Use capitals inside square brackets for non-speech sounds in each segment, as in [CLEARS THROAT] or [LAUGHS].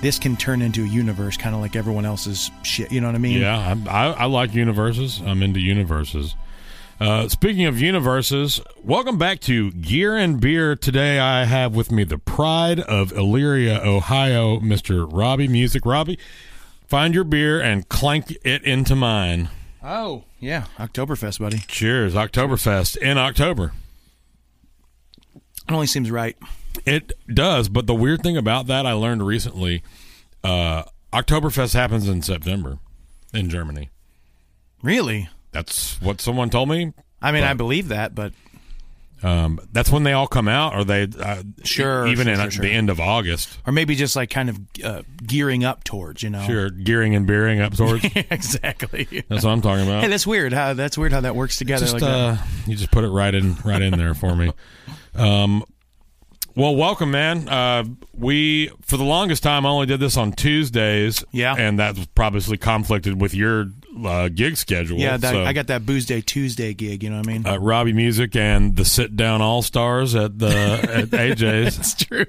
this can turn into a universe, kind of like everyone else's shit. You know what I mean? Yeah, I, I, I like universes. I'm into universes. Uh, speaking of universes, welcome back to Gear and Beer. Today I have with me the pride of Elyria, Ohio, Mr. Robbie Music. Robbie, find your beer and clank it into mine. Oh, yeah. Oktoberfest, buddy. Cheers, Oktoberfest in October. It only seems right. It does, but the weird thing about that I learned recently, uh, Oktoberfest happens in September in Germany. Really? That's what someone told me. I mean, I believe that, but Um, that's when they all come out, or they uh, Sure, even sure, in sure, uh, sure. the end of August. or maybe just like kind of uh, gearing up towards, you know? Sure, gearing and beering up towards. [LAUGHS] exactly. that's what I'm talking about. Hey, that's weird. How that's weird how that works together. just like that. uh, you just put it right in right in there for me. Um, well, welcome, man. Uh, we for the longest time I only did this on Tuesdays. Yeah. and that was probably conflicted with your uh, gig schedule. Yeah, that, so, I got that Booze Day Tuesday gig. You know what I mean? [LAUGHS] uh, Robbie Music and the Sit Down All Stars at the at [LAUGHS] AJ's, it's true.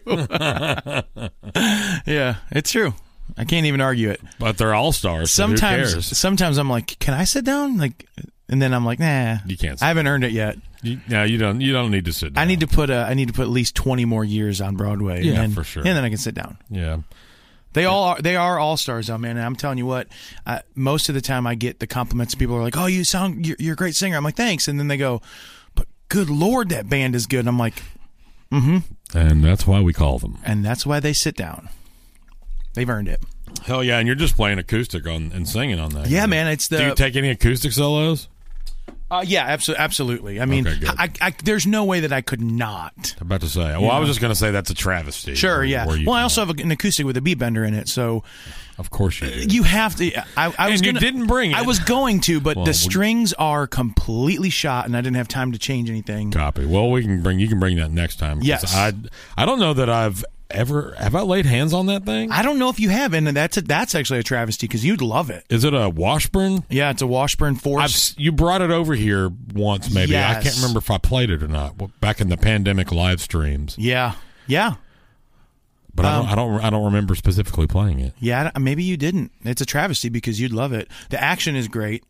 yeah, it's true. I can't even argue it. but they're all stars. so who Sometimes, cares? sometimes I'm like, can I sit down? Like, and then I'm like, nah, You can't sit I haven't earned it yet. You, no, you don't. You don't need to sit. Down. I need to put a, I need to put at least 20 more years on Broadway. Yeah, and then, for sure. And then I can sit down. Yeah. They all are, they are all stars though, man. And I'm telling you what, uh, most of the time I get the compliments. People are like, "Oh, you sound you're, you're a great singer." I'm like, "Thanks," and then they go, "But good lord, that band is good." And I'm like, And that's why we call them. and that's why they sit down. They've earned it. Hell yeah! And you're just playing acoustic on and singing on that. Yeah, man. It's the Do you take any acoustic solos? uh, yeah, absolutely, absolutely. I mean, Okay, good. I, I, there's no way that I could not. I'm about to say. Well, I was just going to say that's a travesty. Sure, Where- yeah. where you Well, I can- also have an acoustic with a B bender in it, so of course you did. you have to. I, I was And you gonna- didn't bring I it. was going to, but Well, we- the strings are completely shot, and I didn't have time to change anything. Copy. Well, we can bring you can bring that next time. 'cause Yes. I I don't know that I've ever have I laid hands on that thing. I don't know if you have, and that's a, that's actually a travesty because you'd love it. Is it a Washburn? Yeah, it's a Washburn I've Force. s- you brought it over here once, maybe. I can't Yes. remember if I played it or not. w- Back in the pandemic live streams, yeah, yeah, but Um, I, don't, I don't I don't remember specifically playing it. yeah. I don't- Maybe you didn't. It's a travesty because you'd love it. The action is great.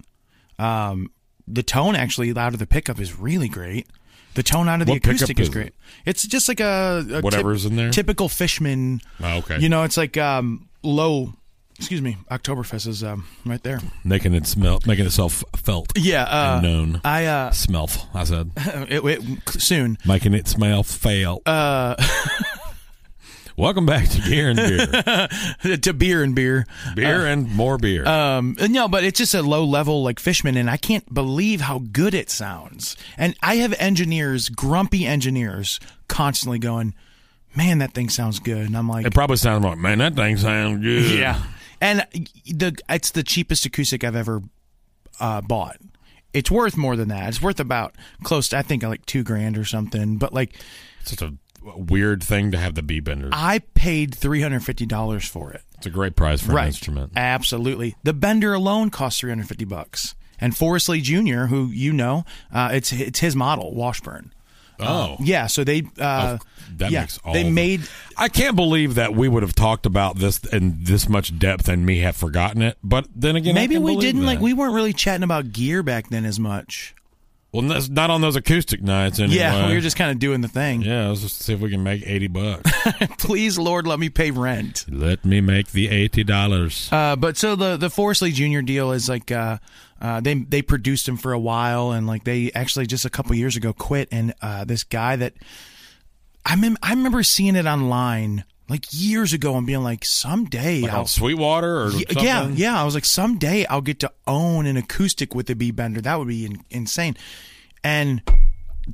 Um, the tone actually out of the pickup is really great. The tone out of the What pickup acoustic is is it? great. It's just like a, a Whatever's in there? Typical Fishman. Oh, okay. You know, it's like um, low. Excuse me. Oktoberfest is um, right there. making it smell, making itself felt. Yeah. Uh, And known. I uh, [LAUGHS] Smell, I said, it, it, soon. [LAUGHS] making it smell fail. Uh, Welcome back to beer and [LAUGHS] Uh, beer, to beer and beer. beer and more beer. Um, no, but it's just a low level like Fishman, and I can't believe how good it sounds. And I have engineers, grumpy engineers, constantly going, "Man, that thing sounds good." And I'm like, it probably sounds like, man, that thing sounds good. "Yeah." And the it's the cheapest acoustic I've ever uh, bought. It's worth more than that. It's worth about close to I think like two grand or something. But like it's such a weird thing to have the B bender. I paid three hundred fifty dollars for it. It's a great prize for right. an instrument. Absolutely. The Bender alone costs 350 bucks. And Forrest Lee Jr., who you know, uh, it's it's his model, Washburn. Oh, Yeah, so they uh, that yeah, makes all. they the- made I can't believe that we would have talked about this in this much depth and me have forgotten it. But then again, I maybe can we believe didn't that. like we weren't really chatting about gear back then as much. Well, that's not on those acoustic nights anyway. Yeah, [LAUGHS] we were just kind of doing the thing. yeah. Let's just see if we can make eighty bucks. Please, Lord, let me pay rent. [LAUGHS] Let me make the eighty dollars. Uh, but so the the Forrest Lee Jr. deal is like uh, uh, they they produced him for a while, and like they actually just a couple years ago quit. And uh, this guy that I mem- I remember seeing it online like years ago and being like, someday I'll. Sweetwater or Y- something? Yeah, yeah. I was like, someday I'll get to own an acoustic with a B bender. That would be in- insane. And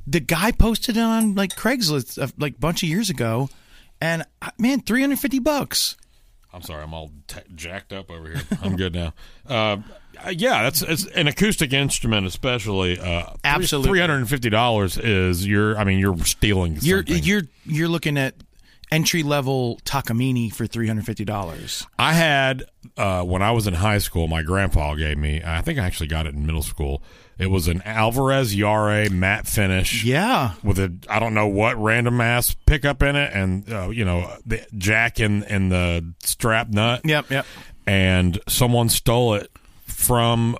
the guy posted it on like Craigslist uh, like a bunch of years ago, and uh, man, three hundred fifty bucks. I'm sorry, I'm all t- jacked up over here. I'm good now. Uh, yeah, that's it's an acoustic instrument, especially. Uh, Absolutely. three hundred and fifty dollars is you're. I mean, you're stealing. You're something. you're you're looking at entry level Takamine for three hundred fifty dollars. I had uh, when I was in high school. My grandpa gave me. I think I actually got it in middle school. It was an Alvarez Yare matte finish. Yeah, With a I don't know what random ass pickup in it, and uh, you know the jack and and the strap nut. yep, yep. and someone stole it from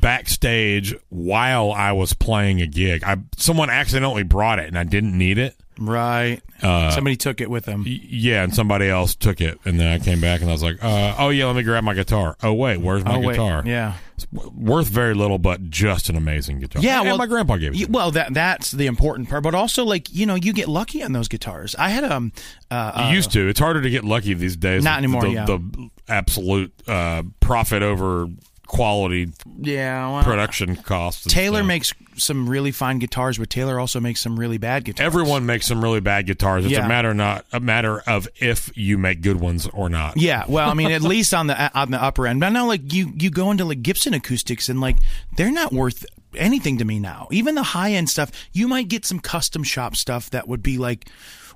backstage while I was playing a gig. I someone accidentally brought it and I didn't need it. Right. Somebody took it with them. Y- Yeah, and somebody else took it, and then I came back and I was like, uh, "Oh yeah, let me grab my guitar." Oh wait, where's my Oh, wait. guitar? Yeah. It's w- worth very little, but just an amazing guitar. Yeah, and well, my grandpa gave it. Y- to me. Well, that that's the important part, but also like you know you get lucky on those guitars. I had um, uh, You used to. It's harder to get lucky these days. Not The- anymore, The, yeah. the absolute uh, profit over quality yeah. well, production costs. and Taylor stuff. makes some really fine guitars, but Taylor also makes some really bad guitars. Everyone makes some really bad guitars. It's Yeah. a matter not a matter of if you make good ones or not. Yeah, well, I mean, at least on the on the upper end. But I know, like you you go into like Gibson acoustics, and like they're not worth anything to me now. Even the high end stuff, you might get some custom shop stuff that would be like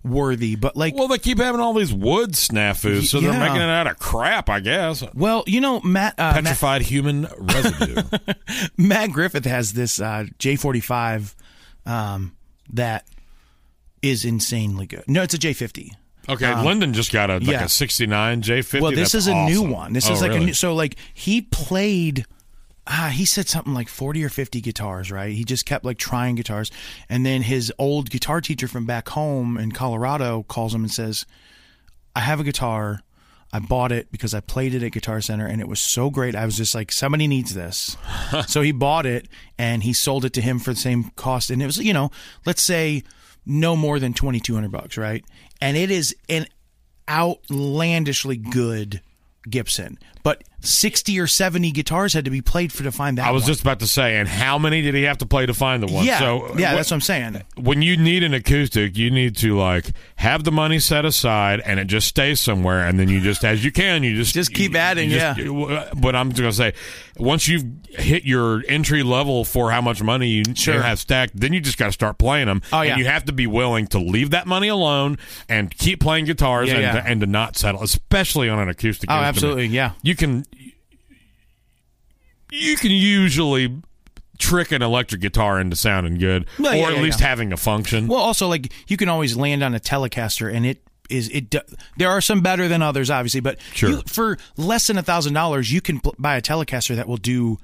worthy, but like. Well, they keep having all these wood snafus, so yeah. they're making it out of crap, I guess. well, you know, Matt uh, Matt, Petrified human [LAUGHS] residue. Matt Griffith has this uh, J45 um, that is insanely good. No, it's a J50. okay, Lyndon just got a like Uh, yeah. a '69 J50. Well, this is That's a new awesome. one. This Oh, is like a really? new. So like he played. Ah, he said something like forty or fifty guitars, right? He just kept like trying guitars, and then his old guitar teacher from back home in Colorado calls him and says, "I have a guitar. I bought it because I played it at Guitar Center, and it was so great. I was just like, somebody needs [LAUGHS] this." so he bought it and he sold it to him for the same cost, and it was you know, let's say no more than twenty two hundred bucks, right? And it is an outlandishly good Gibson, but 60 or 70 guitars had to be played for to find that I was one. just about to say, and how many did he have to play to find the one? yeah, so, yeah, what- that's what I'm saying. when you need an acoustic, you need to like have the money set aside and it just stays somewhere, and then you just as you can, you just Just keep you- adding, you yeah. but I'm just gonna say, once you've hit your entry level for how much money you you Sure. have stacked, then you just got to start playing them. Oh, and yeah. you have to be willing to leave that money alone and keep playing guitars Yeah, and, yeah. To, and to not settle, especially on an acoustic. Oh, instrument. absolutely, yeah. You can you can usually trick an electric guitar into sounding good Well, or yeah, at yeah, least yeah. having a function Well, also like you can always land on a Telecaster, and it is it. do- There are some better than others, obviously, but Sure. you, for less than a thousand dollars, you can pl- buy a Telecaster that will do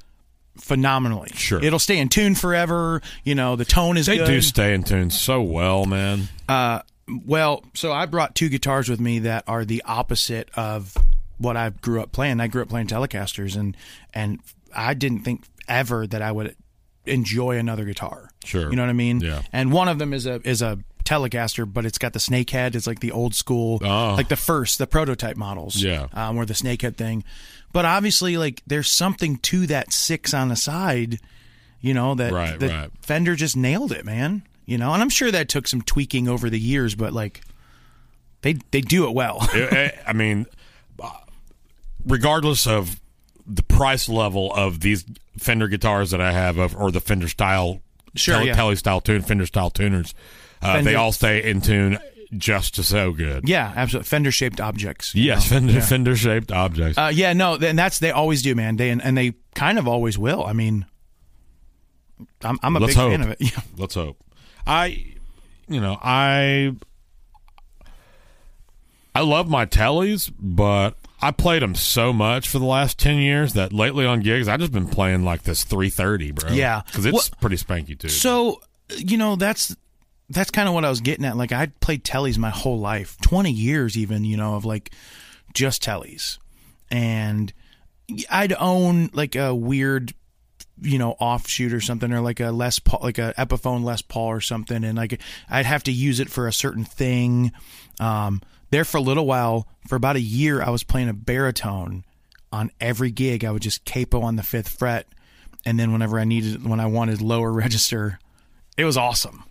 phenomenally. Sure. it'll stay in tune forever. You know, the tone is they good. do stay in tune so well man [LAUGHS] Uh, well, so I brought two guitars with me that are the opposite of what I grew up playing. I grew up playing Telecasters, and and I didn't think ever that I would enjoy another guitar. Sure. you know what I mean. Yeah. And one of them is a is a Telecaster, but it's got the snake head. It's like the old school, Oh. like the first, the prototype models. Yeah. um, or the snake head thing. But obviously, like there's something to that six on the side. You know that Right, that right. Fender just nailed it, man. You know, and I'm sure that took some tweaking over the years, but like they they do it well. [LAUGHS] It- it- i mean uh, regardless of the price level of these fender guitars that i have of, or the fender style Sure, tele, yeah. tele style tune fender style tuners uh, they Fender- all stay in tune just to so good yeah, absolutely. Fender shaped objects. you yes know? fender fender shaped objects Uh, yeah, no, and that's they always do, man. They and, and they kind of always will. I mean, I'm I'm a Let's big hope. fan of it. [LAUGHS] Yeah. Let's hope. I, you know, I, I love my tellies, but I played them so much for the last ten years that lately on gigs I've just been playing like this three thirty, bro. Yeah. because it's What- pretty spanky too. So you know that's that's kind of what I was getting at. Like I played tellies my whole life, twenty years even. You know of like just tellies, and I'd own like a weird you know offshoot or something or like a Les Paul like a Epiphone Les Paul or something and like I'd have to use it for a certain thing um there for a little while for about a year I was playing a baritone on every gig I would just capo on the 5th fret and then whenever I needed when I wanted lower [LAUGHS] register it was awesome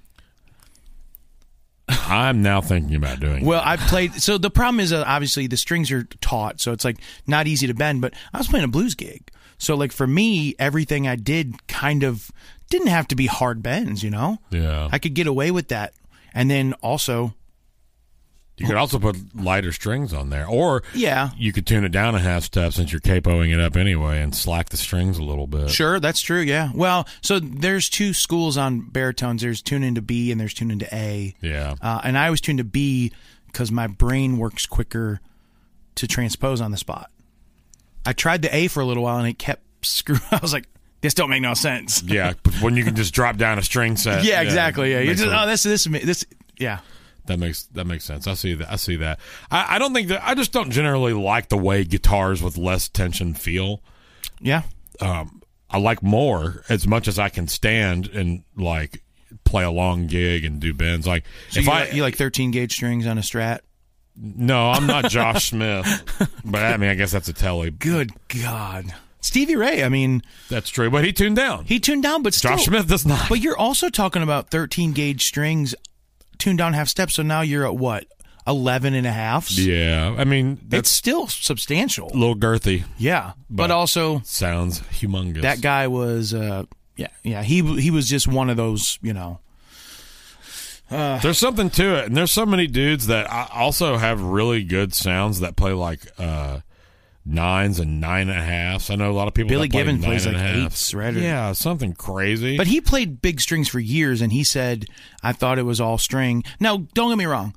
I'm now thinking about doing. well I played so the problem is uh, obviously the strings are taut so it's like not easy to bend but I was playing a blues gig so like for me everything I did kind of didn't have to be hard bends you know it. yeah, I could get away with that. And then also, You could also put lighter strings on there, or Yeah. you could tune it down a half step since you're capoing it up anyway, and slack the strings a little bit. Sure, that's true. Yeah. Well, so there's two schools on baritones. There's tuned into B and there's tuned into A. Yeah. Uh, and I always tuned to B because my brain works quicker to transpose on the spot. I tried the A for a little while and it kept [LAUGHS] screwing. I was like, this don't make no sense. Yeah, but when you can just drop down a string set. [LAUGHS] Yeah, exactly. Yeah, you makes just sense. oh, this this this yeah. That makes that makes sense. I see that. I see that. I, I don't think that. I just don't generally like the way guitars with less tension feel. Yeah. Um, I like more as much as I can stand and like play a long gig and do bends. Like So if you, I like, you like 13 gauge strings on a Strat? no, I'm not Josh Smith, but I mean I guess that's a telly. Good God, Stevie Ray. I mean, That's true. But he tuned down. he tuned down, but still, Josh Smith does not. But you're also talking about 13 gauge strings tuned down half steps. So now you're at what 11 and a half. Yeah, I mean It's that's still substantial. a little girthy. Yeah, but, But- also Sounds humongous. that guy was uh yeah yeah he he was just one of those you know There's something to it, and there's so many dudes that I also have really good sounds that play like uh, nines and nine and a halfs. I know a lot of people. Billy that play Gibbon nine plays and like a halfs. eights, right? Or- Yeah, something crazy. But he played big strings for years, and he said, "I thought it was all string." Now, don't get me wrong.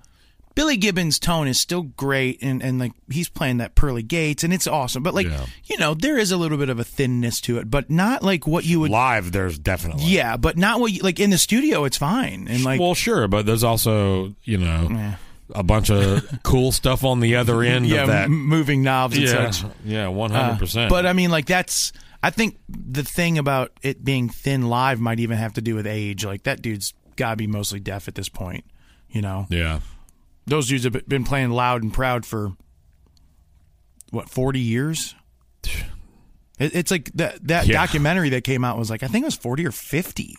Billy Gibbons' tone is still great, and, and like he's playing that pearly gates, and it's awesome. But like Yeah. you know, there is a little bit of a thinness to it, but not like what you would. live, there's definitely. Yeah, but not what you, like in the studio. It's fine, and like well, sure, but there's also you know a bunch of cool stuff on the other end yeah, of that. m- moving knobs and yeah, such. yeah, one hundred percent. But uh, I mean, like that's. I think the thing about it being thin live might even have to do with age. Like that dude's gotta be mostly deaf at this point. You know, yeah, those dudes have been playing loud and proud for what 40 years It- it's like that that Yeah. documentary that came out was like i think it was 40 or 50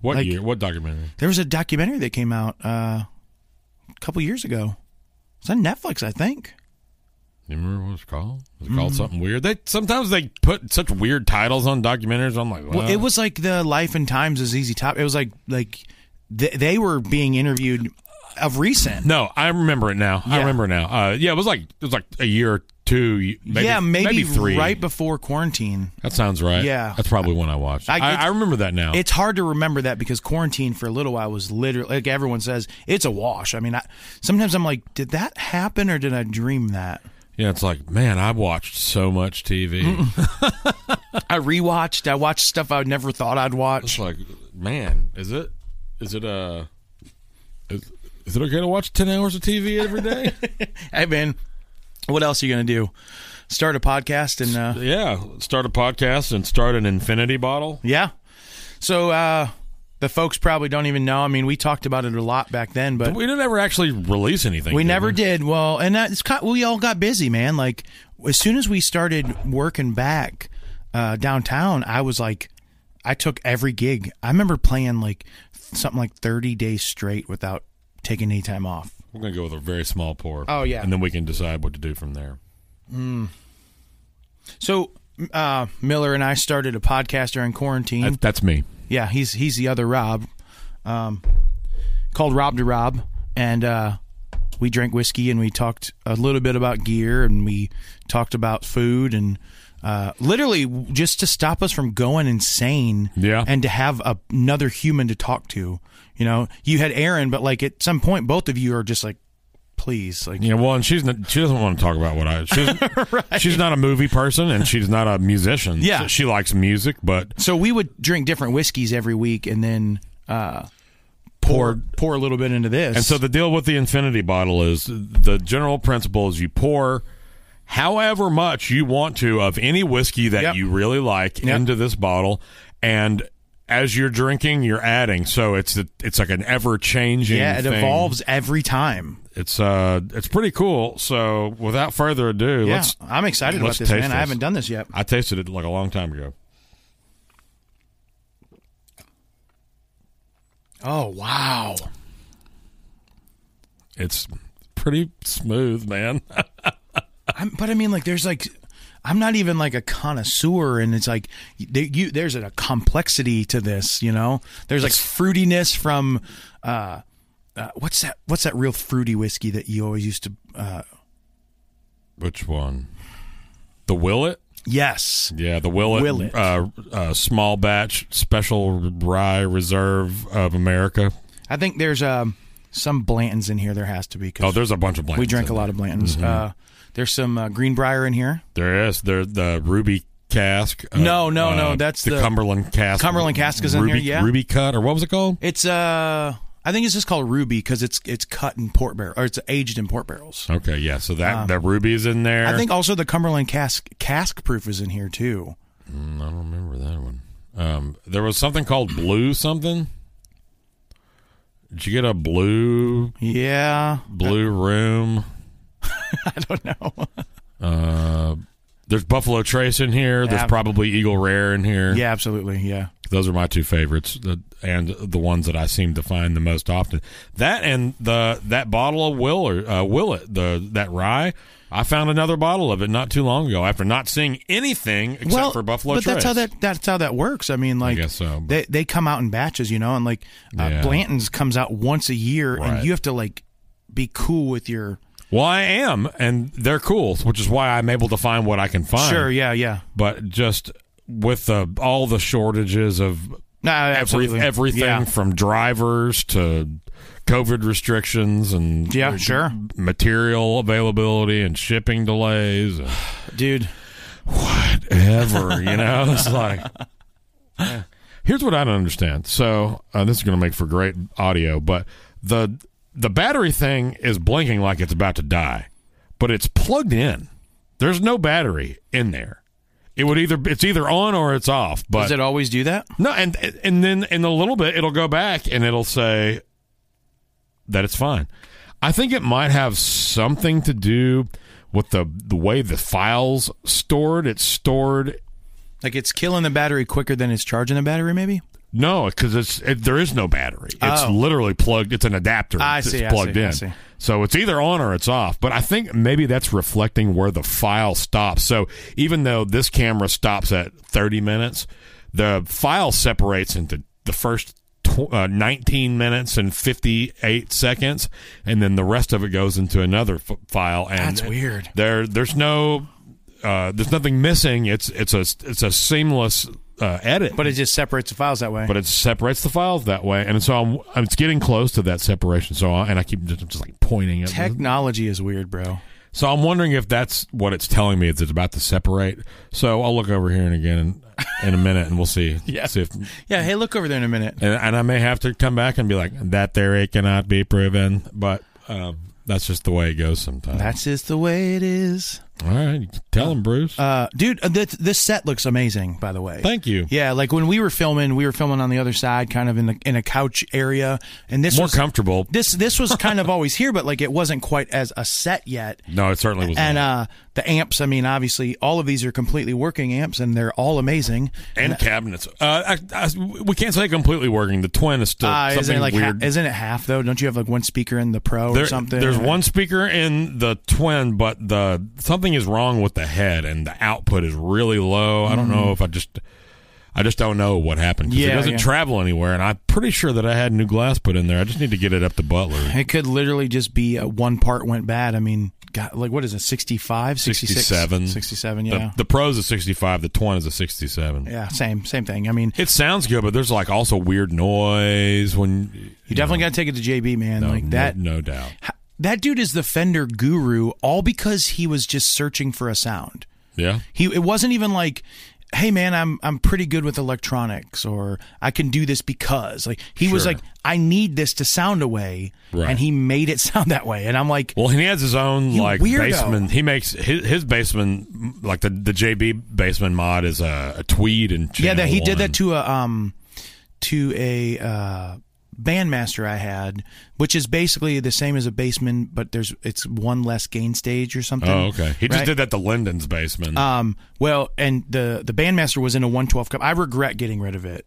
what like- year? What documentary? there was a documentary that came out uh, a couple years ago it's on netflix i think You remember what it's called? Was it Mm. called something weird? They sometimes they put such weird titles on documentaries. I'm like, well, it was like the life and times of ZZ top it was like like th- they were being interviewed of recent No, I remember it now. I Yeah. remember it now. Uh, yeah, it was like it was like a year or two. Maybe, yeah maybe, three. right before quarantine That sounds right. Yeah. that's probably when I watched. I- I, I, it's- remember that now. it's hard to remember that because quarantine for a little while was literally like everyone says it's a wash. I mean, I, sometimes I'm like, did that happen or did I dream that? [LAUGHS] yeah, it's like man, I watched so much TV. I rewatched. I watched stuff I never thought I'd it's watch. like man, is it is it uh is, is it okay to watch ten hours of TV every [LAUGHS] day? Hey man, what else are you gonna do? Start a podcast and uh, yeah, start a podcast and start an infinity bottle. yeah. So uh, the folks probably don't even know. I mean, we talked about it a lot back then, but We didn't ever actually release anything. We did never did. Well, and that's kind we all got busy, man. Like as soon as we started working back uh, downtown, I was like, I took every gig. I remember playing like something like thirty days straight without taking any time off. We're gonna go with a very small pour. Oh, yeah. and then we can decide what to do from there. So uh, Miller and I started a podcast during quarantine. That- that's me. yeah, he's he's the other Rob, um, called Rob to Rob, and uh, we drank whiskey and we talked a little bit about gear and we talked about food and uh, literally just to stop us from going insane. Yeah. and to have a, another human to talk to. You know, you had Aaron, but like at some point, both of you are just like, please, like, Yeah, well, and she's not, she doesn't want to talk about what I. [LAUGHS] She's, she's not a movie person, and she's not a musician. Yeah. So she likes music, but So we would drink different whiskeys every week and then uh, pour pour a little bit into this. and so the deal with the infinity bottle is the general principle is you pour however much you want to of any whiskey that Yep. you really like into this bottle, and as you're drinking, you're adding. So it's a, it's like an ever changing. yeah, it evolves every time. It's uh, it's pretty cool. So without further ado, Yeah, let's. I'm excited about let's this, man. taste I this. haven't done this yet. I tasted it like a long time ago. Oh wow! It's pretty smooth, man. [LAUGHS] I'm, but I mean, like, there's like, I'm not even like a connoisseur, and it's like, there, you, there's a complexity to this, you know. There's like fruitiness from, uh, uh, what's that? What's that real fruity whiskey that you always used to? Uh, Which one? The Willet? yes, Yeah, the Willet, Willet. Uh, uh, small batch special rye reserve of America. I think there's um, some Blantons in here. There has to be Oh, because there's a bunch of blankets. we drank a in lot of Blantons. Mm-hmm. Uh, there's some uh, Greenbrier in here. There There is there the Ruby cask. uh, No, no, uh, no, that's the- Cumberland cask. Cumberland cask is in Ruby, there, yeah. Ruby cut or what was it called? It's uh, I think it's just called Ruby because it's it's cut in port barrel or it's aged in port barrels. Okay, yeah. So that that Ruby is in there. Uh, I think also the Cumberland cask cask proof is in here too. Mm, I don't remember that one. Um, there was something called blue something. Did you get a blue Yeah, [LAUGHS] blue room? I don't know. Uh, there's Buffalo Trace in here. There's Yeah. probably Eagle Rare in here. yeah, absolutely. Yeah, Those are my two favorites, the, and the ones that I seem to find the most often. That and the that bottle of Will or uh, Willet, the that rye. I found another bottle of it not too long ago after not seeing anything except well, for Buffalo but Trace. that's how that that's how that works. I mean, like guess so, but- they they come out in batches, you know, and like uh, Yeah. Blanton's comes out once a year, Right. and you have to like be cool with your Well, I am, and they're cool, which is why I'm able to find what I can find. sure, yeah, yeah, but just with the, all the shortages of no, every, absolutely, everything Yeah. from drivers to COVID restrictions and uh, Yeah, sure. material availability and shipping [LAUGHS] delays and dude. whatever, you know, [LAUGHS] it's like. Here's what I don't understand. So uh, this is going to make for great audio, but the the battery thing is blinking like it's about to die, but it's plugged in. There's no battery in there. It would either it's either on or it's off. But Does it always do that? no, and and then in a little bit it'll go back and it'll say that it's fine. I think it might have something to do with the the way the files stored. It's stored Like it's killing the battery quicker than it's charging the battery, maybe. no because it's it, there is no battery. It's Oh. literally plugged. It's an adapter. I that's see, I plugged see, I in. see. So it's either on or it's off. But I think maybe that's reflecting where the file stops. So even though this camera stops at 30 minutes, the file separates into the first tw- uh, 19 minutes and 58 seconds, and then the rest of it goes into another f- file. And That's weird. There, there's no, uh, there's nothing missing. It's it's a it's a seamless uh, edit But it just separates the files that way. but it separates the files that way, and so I'm, I'm it's getting close to that separation. So I, and I keep just, just like pointing at it. Technology is weird, bro. So I'm wondering if that's what it's telling me. Is it's about to separate? So I'll look over here and again in, in a minute, and we'll see. [LAUGHS] Yeah. See if, Yeah, hey, look over there in a minute. and, and I may have to come back and be like that theory cannot be proven, but um, that's just the way it goes sometimes. That's just the way it is. All right, you tell him, Bruce. Uh, dude, uh, th- this set looks amazing, by the way. Thank you. yeah, like when we were filming, we were filming on the other side, kind of in the in a couch area, and this More was comfortable. this this [LAUGHS] was kind of always here, but like it wasn't quite as a set yet. No, it certainly was. And not. uh, the amps, I mean, obviously, all of these are completely working amps, and they're all amazing. and cabinets. Uh, I, I, we can't say completely working. The twin is still Uh, isn't something it like ha- weird. isn't it half though? Don't you have like one speaker in the pro or There- something? There's Or- one speaker in the twin, but the something is wrong with the head, and the output is really low. I don't know if I just, I just don't know what happened 'cause it Mm-hmm. Yeah, doesn't yeah. travel anywhere. And I'm pretty sure that I had new glass put in there. I just need to get it up to Butler. It could literally just be uh one part went bad. I mean, God, like what is it? 65, 66? 67. 67, [LAUGHS] yeah. The, the pros is 65. The twin is a 67. yeah, same same thing. I mean, It sounds good, but there's like also weird noise when you definitely got to take it to JB, man. like no- that No, doubt. that dude is the Fender guru all because he was just searching for a sound. Yeah. He it wasn't even like Hey man, I'm I'm pretty good with electronics, or I can do this because like he was Sure. like, I need this to sound a way, Right. and he made it [LAUGHS] sound that way, and I'm like, Well, and he has his own like weirdo. basement. He makes his, his basement m- like the the JB basement mod is a, a tweed and Yeah, that channel he did one. that to a um to a uh bandmaster I had, which is basically the same as a bassman, but there's it's one less gain stage or something. Oh, okay. He just right? did that to Lyndon's basement. Um well and the the bandmaster was in a one twelve cab. I regret getting rid of it.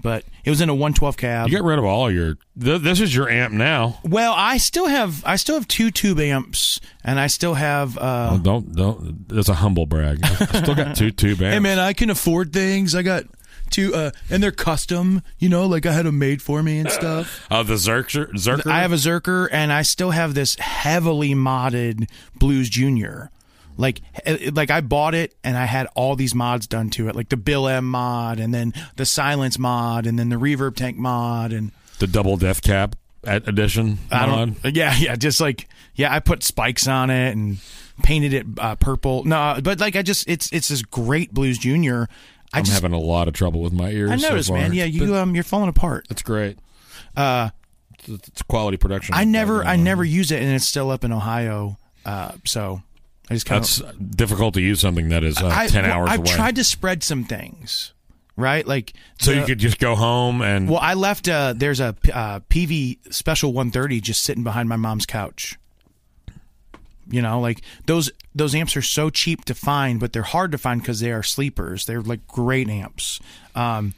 But it was in a one twelve cab. you got rid of all your. Th- this is your amp now. well, I still have I still have two tube amps and I still have uh Oh, don't don't. That's a humble brag. I still got two tube amps. Hey man, I can afford things. I got to uh, and they're custom. You know, like I had them made for me and stuff. Uh, the Zerker. [SIGHS] Zerker? I have a Zerker, and I still have this heavily modded Blues Junior. Like, eh, like I bought it, and I had all these mods done to it, like the Bill M mod, and then the silence mod, and then the reverb tank mod, and the double death cap at edition. I mod. don't. Uh, Yeah, yeah. Just like yeah, I put spikes on it and painted it uh, purple. No, but like I just it's it's this great Blues Junior. I I'm just having a lot of trouble with my ears. I so noticed, far. man. Yeah, you um you're falling apart. That's great. Uh, it's, it's quality production. I never I never use it, and it's still up in Ohio. Uh, so I just kind of That's difficult to use something that is uh, I, ten well, hours I've away. tried to spread some things, right? Like so the- you could just go home and Well, I left. Uh, there's a uh, PV Special 130 just sitting behind my mom's couch. You know, like those those amps are so cheap to find, but they're hard to find because they are sleepers. They're like great amps. Um,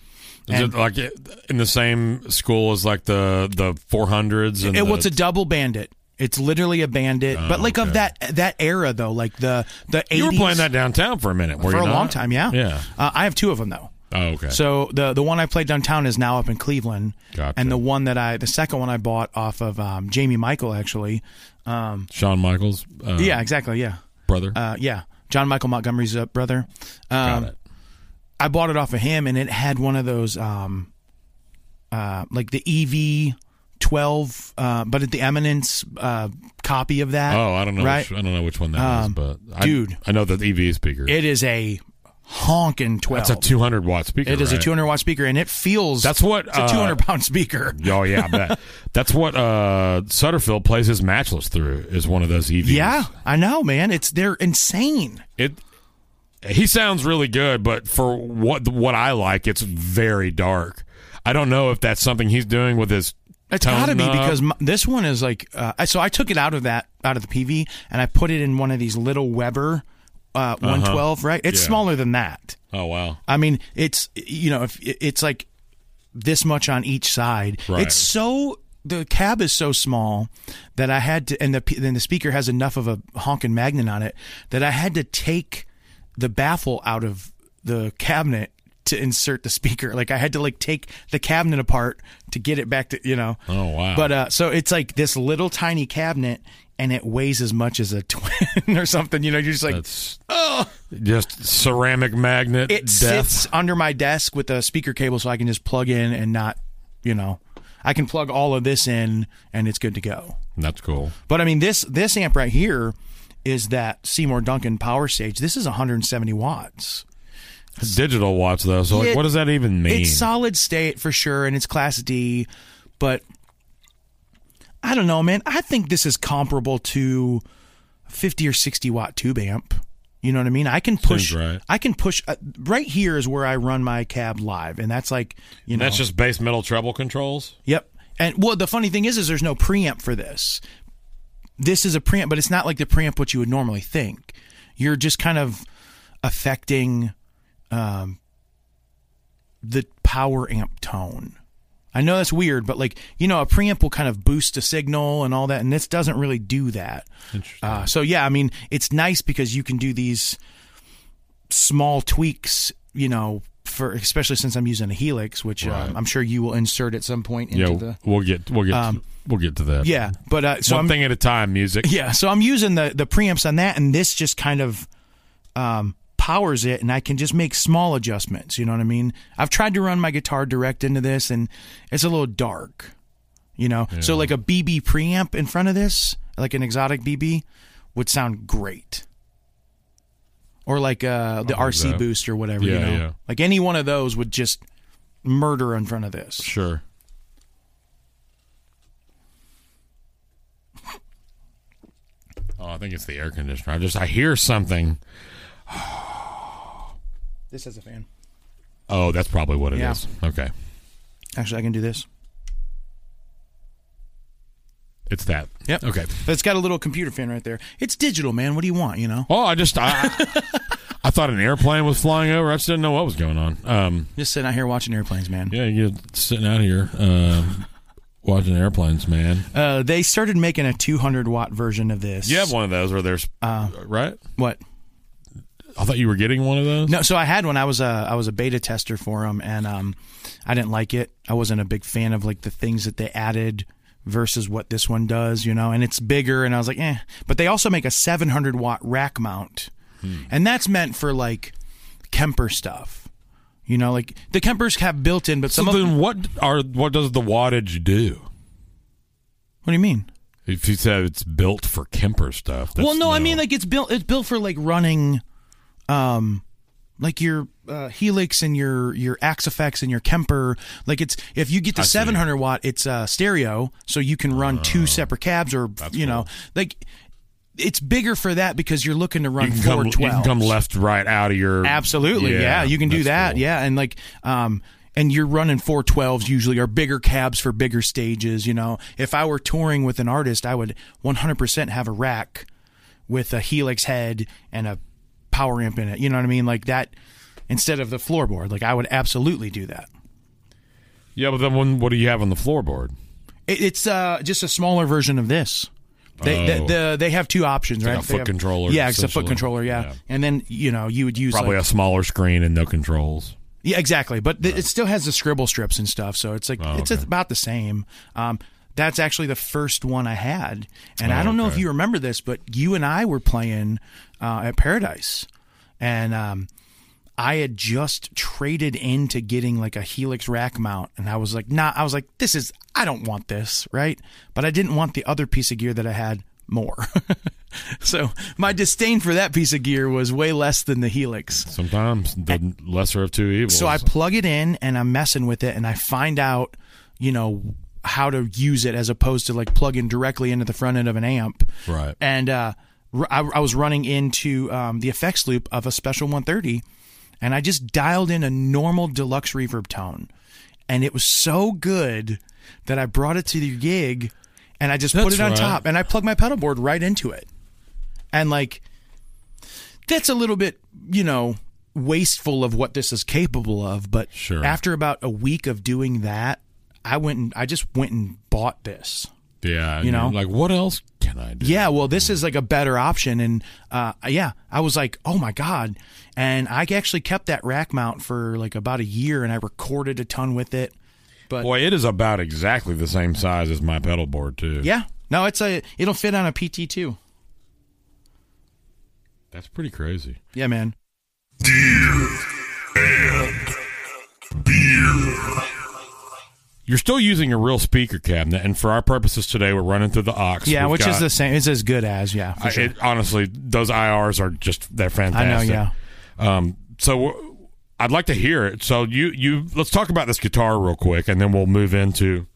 is it like in the same school as like the the four hundreds and it, the, well, it's a double bandit. It's literally a bandit, but like of that that era though, like the the 80s Oh, you were playing that downtown for a minute were for you a not? long time. Yeah, yeah Uh, I have two of them though. oh okay So the the one I played downtown is now up in Cleveland, Gotcha. and the one that I the second one I bought off of um, Jamie Michael actually. Um, Shawn Michaels uh, yeah, exactly. Yeah, brother uh, yeah. John Michael Montgomery's uh, brother. got Um, it I bought it off of him, and it had one of those um, uh, like the EV twelve, uh, but at the Eminence uh, copy of that. oh I don't know Right. which, I don't know which one that is, Um, but I, dude. I know the EV speaker It is a honking twelve. that's a two hundred watt speaker it is right? a two hundred watt speaker, and it feels that's what it's a uh, two hundred pound speaker. [LAUGHS] Oh yeah, I bet. That's what uh, Sutterfield plays his matchless through is one of those E EVs. Yeah, I know, man. It's they're insane. it. He sounds really good, but for what what I like, it's very dark. I don't know if that's something he's doing with his. It's tone got to be knob. because m this one is like. Uh, I- so I took it out of that, out of the PV, and I put it in one of these little Weber uh, 112. Right, it's Uh-huh. Yeah. smaller than that. Oh wow, I mean, it's you know, if it- it's like this much on each side. Right. It's so the cab is so small that I had to, and the p- then the speaker has enough of a honking magnet on it that I had to take the baffle out of the cabinet to insert the speaker. Like I had to like take the cabinet apart to get it back to you know. oh wow. But uh, so it's like this little tiny cabinet, and it weighs as much as a [LAUGHS] twin or something. You know, you're just like, it's just ceramic magnet Oh. it death. sits under my desk with a speaker cable so I can just plug in and not, you know, I can plug all of this in and it's good to go. That's cool. But I mean this this amp right here is that Seymour Duncan Power Stage. This is 170 watts. It's digital watch though. So like, It- what does that even mean? It's solid state for sure and it's class D, but I don't know, man. I think this is comparable to 50 or 60 watt tube amp. You know what I mean? I can push. right. I can push. Uh, right here is where I run my cab live, and that's like you know. that's just base metal treble controls. Yep. And well, the funny thing is, is there's no preamp for this. This is a preamp, but it's not like the preamp what you would normally think. You're just kind of affecting um, the power amp tone. I know that's weird, but like you know, a preamp will kind of boost a signal and all that, and this doesn't really do that. Interesting. Uh, so yeah, I mean, it's nice because you can do these small tweaks, you know, for especially since I'm using a Helix, which um, I'm sure you will insert at some point into yeah, the Um, we'll get we'll get to, we'll get to that. yeah. But uh, so one I'm thing at a time. Music. yeah, so I'm using the the preamps on that, and this just kind of um, powers it, and I can just make small adjustments. You know what I mean? I've tried to run my guitar direct into this, and it's a little dark. You know, so like a BB preamp in front of this, like an exotic BB, would sound great. Or like uh, the RC that. boost or whatever. you Yeah, know, yeah. like any one of those would just murder in front of this. Sure. Oh, I think it's the air conditioner. I just I hear something. This has a fan. Oh, that's probably what it is. Yeah. Okay. Actually, I can do this. It's that. Yep. Okay. But it's got a little computer fan right there. It's digital, man. What do you want? You know. Oh, I just I I thought an airplane was flying over. I just didn't know what was going on. Um Just sitting out here watching airplanes, man. yeah, you're sitting out here um watching airplanes, man. Uh, they started making a 200 watt version of this. Uh, You have one of those where there's right? What? I thought you were getting one of those. No, so I had one. I was a I was a beta tester for them, and um, I didn't like it. I wasn't a big fan of like the things that they added versus what this one does, you know. And it's bigger, and I was like, eh. But they also make a 700 watt rack mount, and that's meant for like Kemper stuff, you know. Like the Kempers have built in, but So some of then, what are what does the wattage do? What do you mean? If you said it's built for Kemper stuff, that's, well, no, I you know, mean like it's built. It's built for like running, um, like your uh, Helix and your your Axe Effects and your Kemper. Like it's if you get the see. Oh. 700 watt, it's uh, stereo, so you can run two separate cabs or you know like it's bigger for that because you're looking to run you can four come, twelve. you can come left, right out of your Absolutely, yeah, you can do that, that's cool. yeah, and like um. And you're running 412s usually, or bigger cabs for bigger stages. You know, if I were touring with an artist, I would 100% have a rack with a helix head and a power amp in it. You know what I mean? Like that instead of the floorboard. Like I would absolutely do that. Yeah, but then when, what do you have on the floorboard? It, it's uh, just a smaller version of this. They, the, Oh. the, they have two options, right? a They foot have- controller, Yeah, it's a foot essentially. controller. Yeah. Yeah. and then you know you would use Probably like- a smaller screen and no controls. Yeah, exactly. But th- it still has the scribble strips and stuff, so it's like it's about the same. Um, that's actually the first one I had, and I don't know if you remember this, but you and I were playing uh, at Paradise, and um, I had just traded into getting like a Helix rack mount, and I was like, nah, I was like, this is I don't want this, right? But I didn't want the other piece of gear that I had more. [LAUGHS] so my disdain for that piece of gear was way less than the Helix. Sometimes the lesser of two evils. Eh. So I plug it in and I'm messing with it and I find out, you know, how to use it as opposed to like plugging directly into the front end of an amp. Right. And uh, r- I, I was running into um, the effects loop of a special 130 and I just dialed in a normal deluxe reverb tone. And it was so good that I brought it to the gig and I just put That's it on right. top and I plugged my pedal board right into it. And like, that's a little bit, you know, wasteful of what this is capable of. But Sure. after about a week of doing that, I went and I just went and bought this. yeah, and you you're know? like what else can I do? Yeah, well, this is like a better option, and uh, yeah, I was like, oh my god, and I actually kept that rack mount for like about a year, and I recorded a ton with it. But Boy, it is about exactly the same size as my pedal board too. yeah, no, it's a it'll fit on a PT two. that's pretty crazy. Yeah, man. You're still using a real speaker cabinet, and for our purposes today, we're running through the aux. Yeah, We've which is got- the same. It's as good as yeah. For I- sure. it, honestly, those IRs are just they're I know. fantastic. Yeah. Um, so w- I'd like to hear it. So you you let's talk about this guitar real quick, and then we'll move into.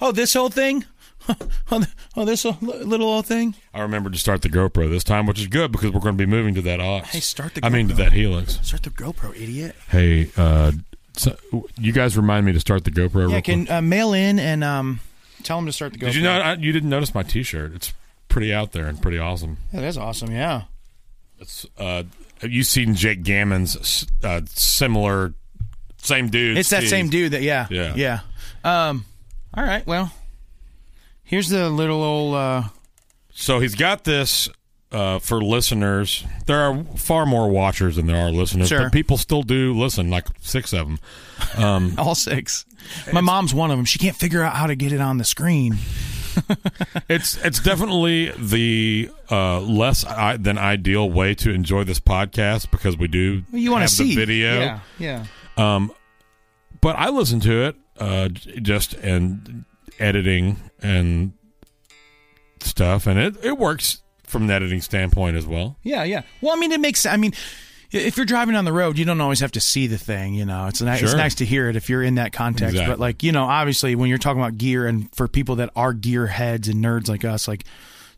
Oh, this whole thing. [LAUGHS] oh, th- oh, this whole- little old thing. I remembered to start the GoPro this time, which is good because we're going to be moving to that aux. Hey, start the I mean to GoPro. that Helix. Start the GoPro, idiot. Hey, uh, so, you guys remind me to start the GoPro. Yeah, real quick. can uh, mail in and um, tell them to start the GoPro. Oh, Did you know I, you didn't notice my T-shirt? It's pretty out there and pretty awesome. Yeah, that's awesome. Yeah. It's uh, have you seen Jake Gammon's uh, similar, same dude? It's that Steve? same dude that yeah. Yeah. Yeah. Um all right, well. Here's the little old uh So he's got this uh, for listeners. There are far more watchers than there are listeners, Sure. but people still do listen, like six of them. all six. My mom's one of them. She can't figure out how to get it on the screen. It's it's definitely the uh, less I, than ideal way to enjoy this podcast because we do You want have to see the video. Yeah. Yeah. But I listen to it uh, j- just and editing and stuff, and it it works from an editing standpoint as well. Yeah, yeah. Well, I mean it makes I mean i- if you're driving on the road, you don't always have to see the thing, you know. It's nice. Sure. It's nice to hear it if you're in that context. Exactly. But like, you know, obviously when you're talking about gear and for people that are gear heads and nerds like us, like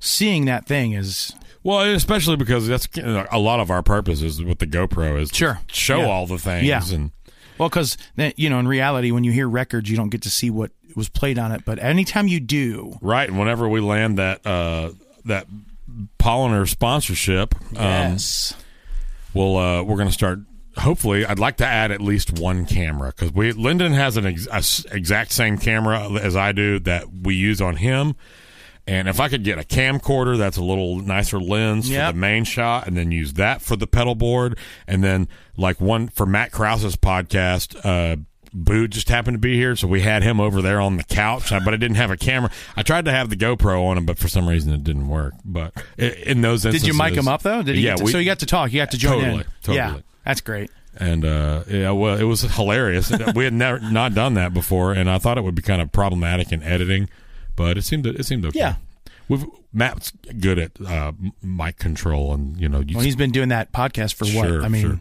seeing that thing is Well, and especially because that's you know, a lot of our purpose is with the GoPro is to Sure. show Yeah. all the things Yeah. and Well, because you know, in reality, when you hear records, you don't get to see what was played on it. But anytime you do, right. And whenever we land that uh, that Polliner sponsorship, um, we'll uh, we're going to start. Hopefully, I'd like to add at least one camera because we Lyndon has an ex- a s- exact same camera as I do that we use on him, And if I could get a camcorder that's a little nicer lens Yep. for the main shot and then use that for the pedal board and then like one for Matt Krause's podcast, uh Boo just happened to be here, so we had him over there on the couch. I- But I didn't have a camera. I tried to have the GoPro on him, but for some reason it didn't work. But i- in those Did instances, you mic him up though? Did he yeah, get to- we- so you got to talk. You got to join Totally, in. totally. Yeah, that's great. and uh, yeah, well, it was hilarious. we had never not done that before, and I thought it would be kind of problematic in editing, but it seemed it seemed okay. Yeah. We've, Matt's good at uh, m- mic control, and you know, you Well, he's been doing that podcast for what? Sure, I mean, sure.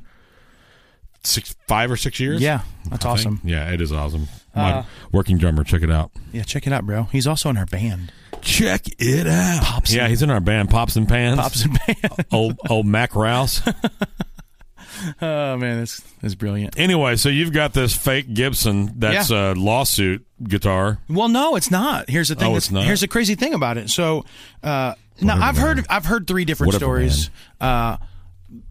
six, five or six years. yeah, that's I think. awesome. Uh, Yeah, it is awesome. My working drummer, check it out. Yeah, check it out, bro. He's also in our band, Check it out. Pops yeah, and- he's in our band, Pops and Pans. Pops and [LAUGHS] Band. old old [LAUGHS] Mac Rouse. Oh man, this is brilliant. anyway, so you've got this fake Gibson that's a lawsuit guitar. Well, no, it's not. Here's the thing. Oh, that's- it's not? Here's the crazy thing about it. So, uh, now I've heard I've heard three different Whatever, stories. Uh,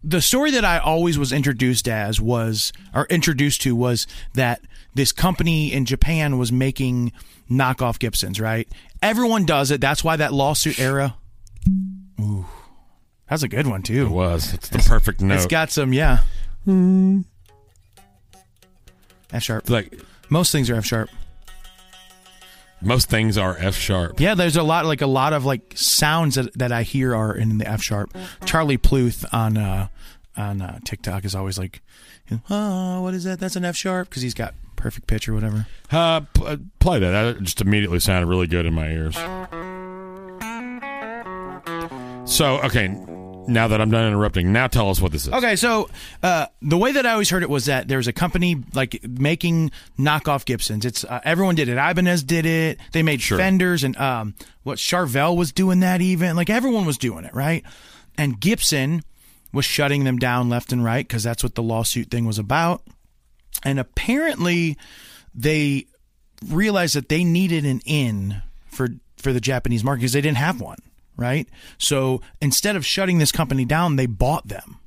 the story that I always was introduced as was or introduced to was that this company in Japan was making knockoff Gibsons. Right? Everyone does it. That's why that lawsuit era. Ooh, that's a good one too. It was. It's the perfect note. It's got some yeah. F sharp. like Most things are F sharp. most things are F sharp. Yeah, there's a lot like a lot of like sounds that, that I hear are in the F sharp. Charlie Pluth on uh on uh, TikTok is always like, oh, what is that? That's an F sharp because he's got perfect pitch or whatever. Uh, pl- uh, play that. That just immediately sounded really good in my ears. So, okay, now that I'm done interrupting, now tell us what this is. Okay, so uh, the way that I always heard it was that there's a company like making knockoff Gibsons. It's uh, everyone did it. Ibanez did it. They made fenders and um, what Charvel was doing that even like everyone was doing it right. And Gibson was shutting them down left and right because that's what the lawsuit thing was about. And apparently, they realized that they needed an in for for the Japanese market because they didn't have one. Right. So instead of shutting this company down, they bought them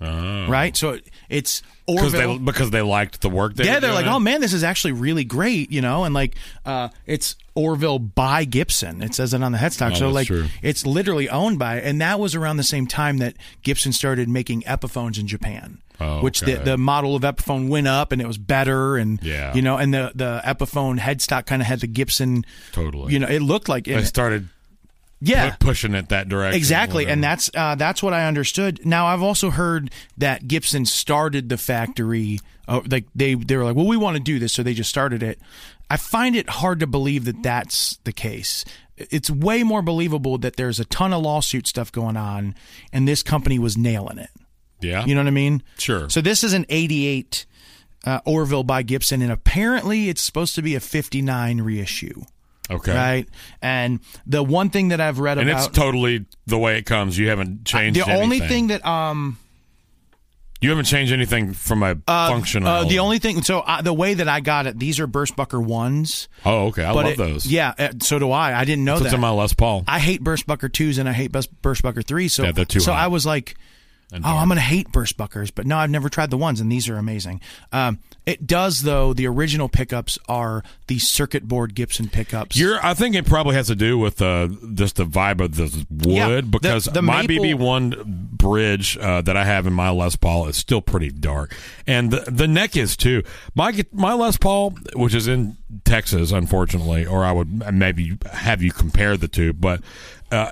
right? So it- it's Because Orville. Uh, they because they liked the work. They yeah, were they're like, doing. oh man, this is actually really great, you know, and like, uh, it's Orville by Gibson. It says it on the headstock. so Oh, that's like, true. it's literally owned by, and that was around the same time that Gibson started making Epiphones in Japan, Oh, which the, okay. the model of Epiphone went up and it was better, and Yeah. you know, and the the Epiphone headstock kind of had the Gibson, Totally. "Oh, you know, it looked like, they it, started yeah, pu- pushing it that direction. Exactly, and whatever. that's uh, that's what I understood. Now I've also heard that Gibson started the factory. Uh, like they they were like, well, we want to do this, so they just started it. I find it hard to believe that that's the case. It's way more believable that there's a ton of lawsuit stuff going on, and this company was nailing it. yeah. You know what I mean? Sure. So this is an '88 uh, Orville by Gibson, and apparently it's supposed to be a '59 reissue, okay. right? And the one thing that I've read And about it's totally the way it comes. You haven't changed. uh, the only anything. thing that um you haven't changed anything from a functional. uh, the only thing so I, the way that I got it these are Burstbucker ones. Oh, okay. I love it- those. Yeah, uh, so do I. I didn't know Puts that. in my Les Paul. I hate Burstbucker twos and I hate Bus- Burstbucker threes. So Yeah, they're too so hot. I was like, And oh, I'm gonna hate Burstbuckers, but no, I've never tried the ones, and these are amazing. Um, it does though. The original pickups are the circuit board Gibson pickups. You're, I think it probably has to do with uh, just the vibe of the wood Yeah, the- because the my maple- BB1 bridge uh, that I have in my Les Paul is still pretty dark, and the, the neck is too. My gu- my Les Paul, which is in Texas, unfortunately, or I would maybe have you compare the two, but. Uh,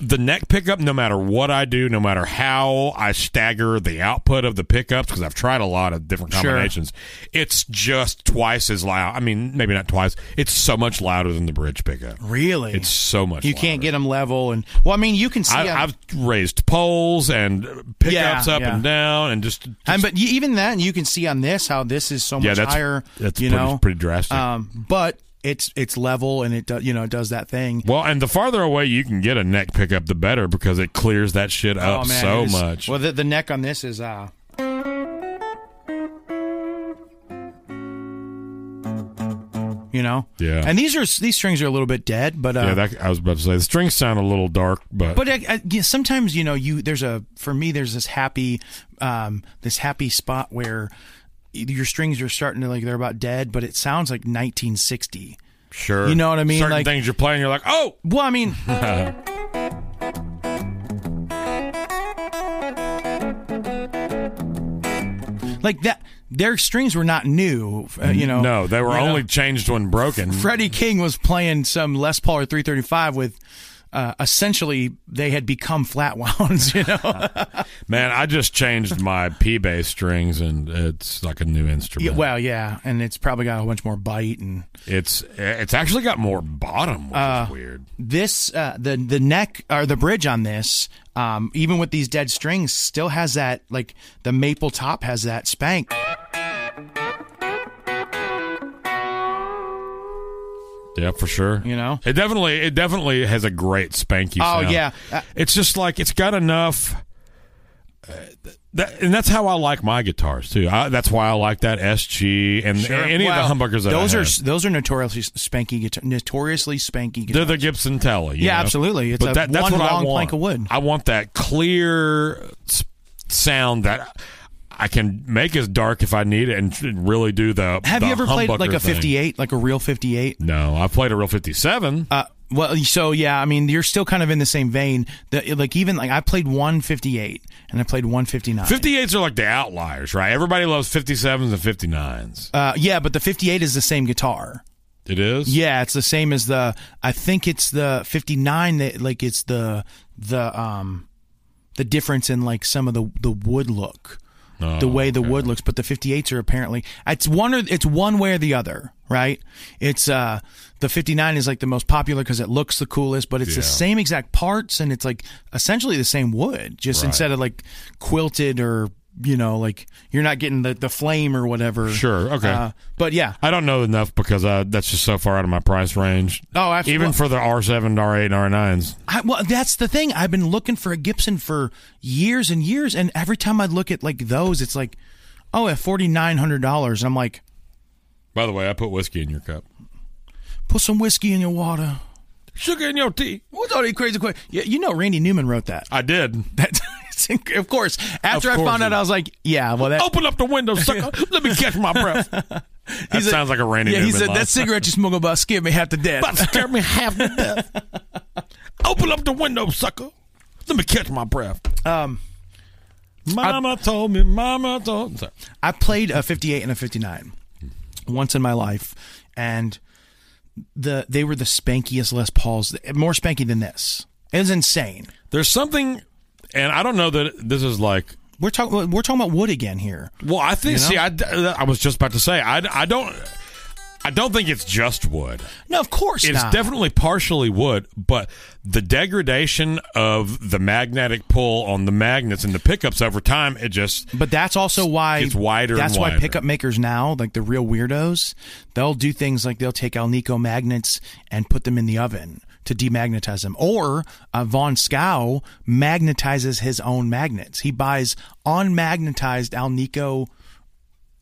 the neck pickup, no matter what I do, no matter how I stagger the output of the pickups, because I've tried a lot of different Sure. combinations, it's just twice as loud. I mean, maybe not twice. It's so much louder than the bridge pickup. really It's so much. you can't louder. get them level, and well, I mean, you can see. I, 'em- I've raised poles and pickups Yeah, up yeah. and down, and just, just- And but y- even then, you can see on this how this is so Yeah, much that's- higher. that's you pretty- know pretty drastic. Um, but it's it's level and it do, you know it does that thing. well, and the farther away you can get a neck pickup, the better because it clears that shit up oh man, so it is- much. Well, the, the neck on this is uh, you know, Yeah. And these are these strings are a little bit dead, but uh, yeah, that, I was about to say the strings sound a little dark, but, But I, I, yeah, sometimes you know you there's a for me there's this happy um, this happy spot where your strings are starting to like they're about dead, but it sounds like 1960. Sure. You know what I mean? Certain Like- things you're playing, you're like, oh, Well, I mean, like that. Their strings were not new, uh, you know. no, they were You know? only changed when broken. Freddie King was playing some Les Paul or 335 with. Uh, essentially, they had become flat [LAUGHS] wounds. You know, Man, I just changed my [LAUGHS] P bass strings, and it's like a new instrument. well, yeah, and it's probably got a whole bunch more bite. And it's it's actually got more bottom, which Uh, is weird. this, uh, the the neck or the bridge on this, um, even with these dead strings, still has that like the maple top has that spank. Yeah, for sure. You know? it definitely it definitely has a great spanky. Oh, sound. yeah. Uh, it's just like it's got enough. uh, th- That, and that's how I like my guitars too. I, that's why I like that SG and any Well, of the humbuckers that I those have. are those are notoriously spanky guitar, notoriously spanky They're guitar. the Gibson Tele. you Yeah, know? absolutely. It's a one long plank of wood. I want that clear s- sound that I can make as dark if I need it and tr- really do the. Have the you ever played like humbucker a thing. 58, like a real 58? No, I played a real 57. Uh, well, so yeah, I mean, you're still kind of in the same vein. The, like even like I played 158 and I played 159. 58s are like the outliers, right? Everybody loves 57s and 59s. uh, yeah, but the 58 is the same guitar. It is? Yeah, it's the same as the. I think it's the 59 that like it's the the um the difference in like some of the the wood look. Oh, the way the wood looks, but the 58s are apparently it's one or it's one way or the other, right? It's uh the 59 is like the most popular because it looks the coolest, but it's the Yeah. same exact parts and it's like essentially the same wood, just instead of like quilted or you know like you're not getting the the flame or whatever. Sure, okay. Uh, but yeah, I don't know enough because uh, that's just so far out of my price range. Oh, absolutely. Even for the R7, and R8, and R9s. I, well, that's the thing. I've been looking for a Gibson for years and years, and every time I look at like those, it's like, oh, at forty nine hundred dollars, I'm like, By the way, I put whiskey in your cup. put some whiskey in your water. Sugar in your tea. What's all these crazy questions? You, you know, Randy Newman wrote that. [LAUGHS] I did. That's of course. Oh, After Of course I found he- out, I was like, yeah, well, that Open up the window, [LAUGHS] sucker. Let me catch my breath. [LAUGHS] That he's a- sounds like a Randy Yeah, Newman. he said line. that cigarette you smoke about scared me half to death. About to scare me half to death. Open up the window, sucker. Let me catch my breath. Um, Mama told me, Mama told Sorry. I played a 58 and a 59 once in my life, and the they were the spankiest Les Pauls, more spanky than this. It was insane. There's something, and I don't know that this is like We're talking we're talking about wood again here. Well, I think. You know? See, I, I was just about to say. I, I don't. I don't think it's just wood. No, of course It's not. definitely partially wood, but the degradation of the magnetic pull on the magnets and the pickups over time, it just But that's also why Gets wider and That's why wider. pickup makers now, like the real weirdos, they'll do things like they'll take Alnico magnets and put them in the oven to demagnetize them, or uh, Von Scow magnetizes his own magnets. He buys unmagnetized Alnico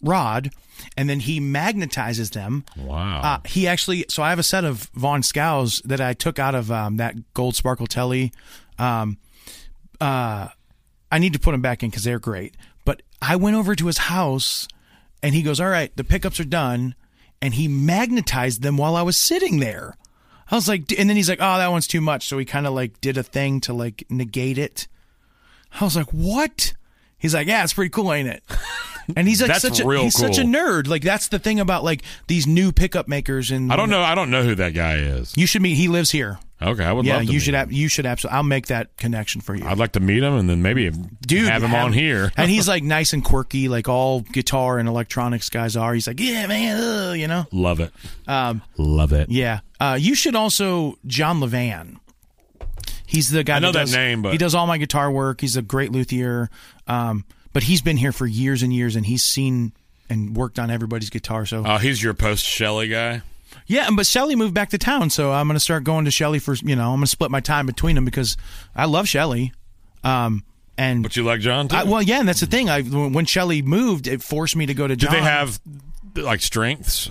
rod, and then he magnetizes them. wow. Uh, he actually, so I have a set of Von Scows that I took out of um, that Gold Sparkle Telly. Um, uh, I need to put them back in because they're great. But I went over to his house and he goes, All right, the pickups are done. And he magnetized them while I was sitting there. I was like, And then he's like, Oh, that one's too much. So he kind of like did a thing to like negate it. I was like, What? He's like, Yeah, it's pretty cool, ain't it? [LAUGHS] And he's like That's such a real he's such a cool. nerd. Like that's the thing about like these new pickup makers and I don't know. I don't know who that guy is. You should meet. He lives here. Okay, I would Yeah, love to. you meet should. him. Ab- you should absolutely. I'll make that connection for you, I'd like to meet him and then maybe dude. have him on here. [LAUGHS] and he's like nice and quirky, like all guitar and electronics guys are. He's like, yeah, man, ugh, you know, love it. Um, love it. yeah. Uh, you should also John Levan. He's the guy. know that does, name, but- he does all my guitar work. He's a great luthier. Um, but he's been here for years and years, and he's seen and worked on everybody's guitar. So Uh, he's your post Shelley guy. Yeah, but Shelly moved back to town, so I'm going to start going to Shelly for you know I'm going to split my time between them because I love Shelly, um, and But you like John too. I, well, yeah, and that's the thing. I when Shelly moved, it forced me to go to Do John. they have like strengths?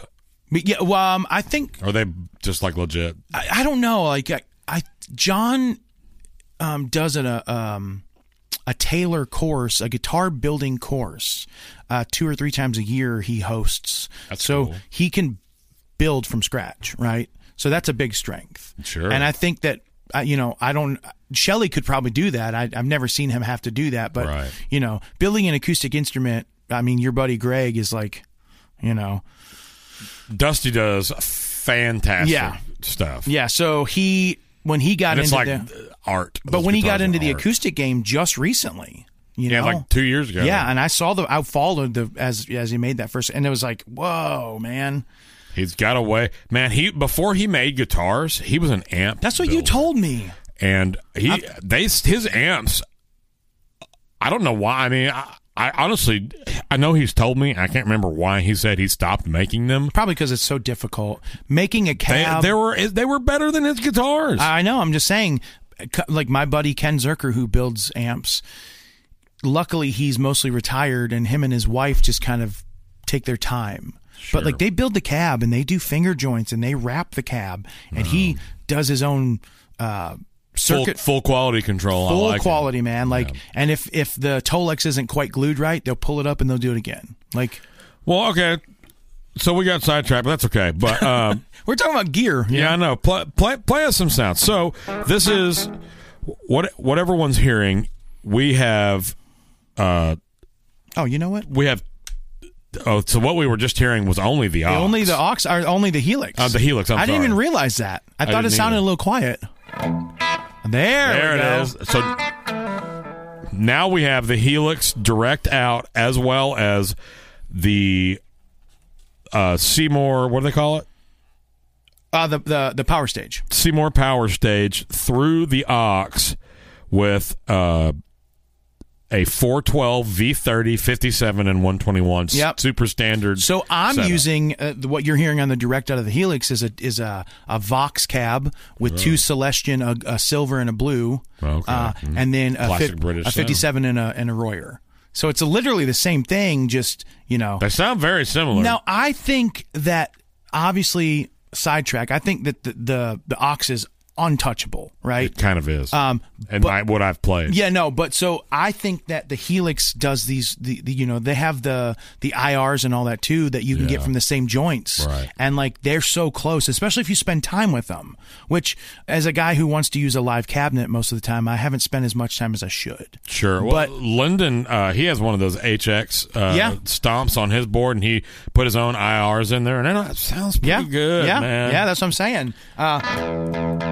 But yeah, well, um, I think Or are they just like legit? I, I don't know. Like I, I John um, does an, a um, a Taylor course, a guitar building course, uh, two or three times a year. He hosts, That's so cool. he can build from scratch, right? So that's a big strength. Sure. And I think that I, you know, I don't. Shelley could probably do that. I, I've never seen him have to do that, but Right. you know, building an acoustic instrument. I mean, your buddy Greg is like, you know, Dusty does fantastic Yeah. stuff. yeah. So he when he got And it's into like the, uh, art. but Those when he guitars got into are the art. acoustic game just recently, you yeah, know, like two years ago. yeah, and I saw the I followed the as as he made that first, and it was like, whoa, man, he's got a way, man. He before he made guitars, he was an amp. that's what you builder. told me. and he they his amps. I don't know why. I mean, I, I honestly, I know he's told me. I can't remember why he said he stopped making them. Probably because it's so difficult making a They, cab. they were they were better than his guitars. Uh, I know. I'm just saying, c- like my buddy Ken Zerker, who builds amps. Luckily, he's mostly retired, and him and his wife just kind of take their time. But like they build the cab and they do finger joints and they wrap the cab, and he does his own uh, Oh. full, circuit. full quality control. I Full like it. quality, man. Like, and if if the Tolex isn't quite glued right, they'll pull it up and they'll do it again. Like, Well, okay. So we got sidetracked, but that's okay. [LAUGHS] But um, we're talking about gear. Yeah, I know. Play, play play us some sounds. So this is what what everyone's hearing. We have uh Oh, you know what? we have oh so what we were just hearing was only the aux. Only the ox are only the helix. Uh, the helix. I'm I didn't sorry. even realize that. I thought it didn't sounded either. a little quiet. There, there we it go. is. So now we have the helix direct out as well as the uh Seymour. What do they call it? Uh, the the the power stage. Seymour Power Stage through the Ox with uh, a 412 V30 57 and 121 s- Yep. super standard. So I'm setup. using uh, the, what you're hearing on the direct out of the helix is a is a, a Vox cab with two Celestian, a, a silver and a blue, Okay. Mm-hmm. uh, and then a, Classic British a 57 and a and a Royer. So it's a, literally the same thing, just you know. They sound very similar. Now I think that obviously sidetrack. I think that the the, the ox is untouchable, right? it kind of is. Um, and my, what I've played. yeah, no, but so I think that the Helix does these, the, the you know, they have the the IRs and all that too that you can get Yeah. from the same joints, Right. and like they're so close, especially if you spend time with them. Which, as a guy who wants to use a live cabinet most of the time, I haven't spent as much time as I should. Sure. Well, But- Lyndon, uh, he has one of those HX uh, Yeah. stomps on his board, and he put his own IRs in there, and I know that sounds pretty Yeah, good, yeah, man. yeah. That's what I'm saying. Uh,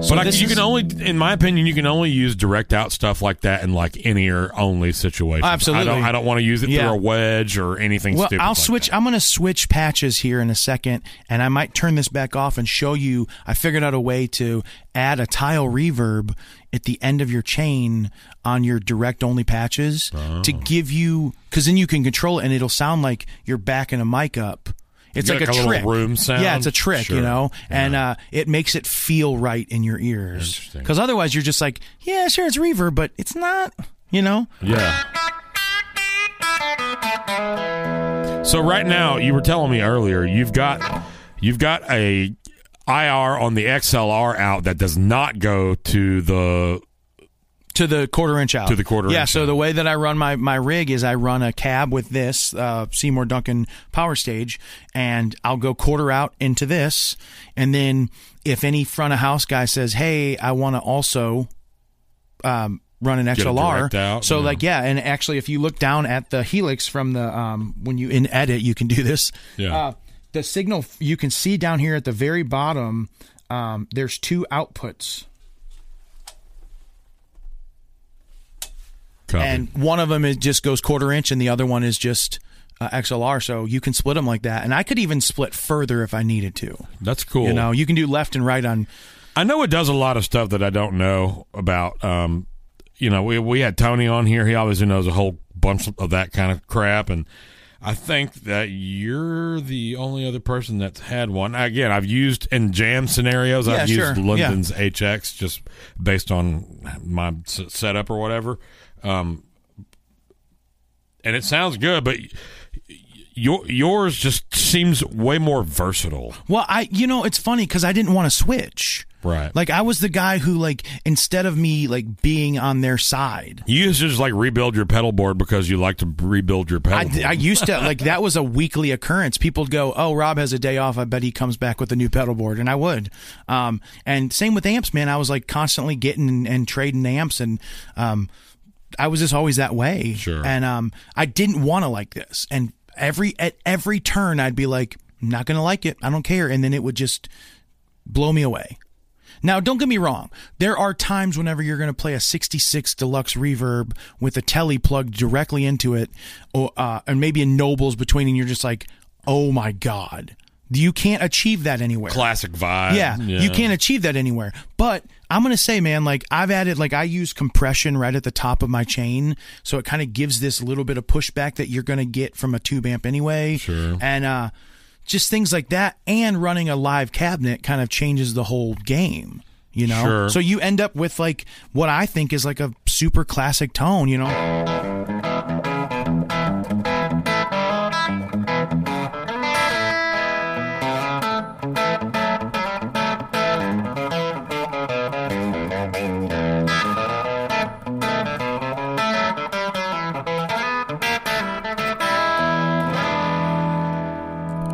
so but I, this you is- can only, in my opinion, you can only use direct out stuff like that in like in ear only situations. Oh, Absolutely. I don't, I don't want to use it Yeah. through a wedge or anything. Well, stupid I'll like switch. that. I'm going to switch patches here in a second, and I might turn this back off and show you. I figured out a way to add a tile reverb at the end of your chain on your direct only patches to Oh. give you, because then you can control it, and it'll sound like you're backing a mic up. It's You like, got a, like a little trick. room sound? Yeah, it's a trick, Sure. you know, and uh, it makes it feel right in your ears. Interesting. Because otherwise, you're just like, yeah, sure, it's reverb, but it's not, you know. Yeah. So right now, you were telling me earlier, you've got you've got a IR on the XLR out that does not go to the to the quarter inch out To the quarter yeah inch so out. the way that i run my, my rig is i run a cab with this uh, seymour duncan power stage and i'll go quarter out into this and then if any front of house guy says hey i want to also um, run an a xlr direct out, so yeah. like yeah and actually if you look down at the helix from the um, when you in edit you can do this Yeah. uh, the signal you can see down here at the very bottom um, there's two outputs copy. and one of them is just goes quarter inch and the other one is just uh, XLR so you can split them like that and I could even split further if I needed to That's cool. you know you can do left and right on I know it does a lot of stuff that I don't know about. Um, you know, we we had Tony on here. He obviously knows a whole bunch of that kind of crap, and I think that you're the only other person that's had one. Again, I've used in jam scenarios. I've Yeah, used sure. London's HX just based on my s- setup or whatever, um, and it sounds good, but. y- Your, yours just seems way more versatile. well I you know it's funny cuz I didn't want to switch Right. Like I was the guy who like instead of me like being on their side. You used to just like rebuild your pedal board because you like to rebuild your pedal. I, board. I used to like that was a weekly occurrence. People would go, "Oh, Rob has a day off. I bet he comes back with a new pedal board," and I would. Um, and same with amps, man. I was like constantly getting and, and trading amps, and um, I was just always that way. Sure. And um, I didn't want to like this, and every at every turn, I'd be like, "I'm not gonna like it. I don't care," and then it would just blow me away. Now, don't get me wrong. There are times whenever you're going to play a 66 deluxe reverb with a telly plugged directly into it, or uh, and maybe a Nobles between, and you're just like, oh my god, you can't achieve that anywhere. Classic vibe. Yeah, you can't achieve that anywhere. But I'm gonna say, man, like I've added, like I use compression right at the top of my chain, so it kind of gives this little bit of pushback that you're gonna get from a tube amp anyway. Sure. And uh, just things like that, and running a live cabinet kind of changes the whole game. You know, Sure. so you end up with like what I think is like a super classic tone. You know,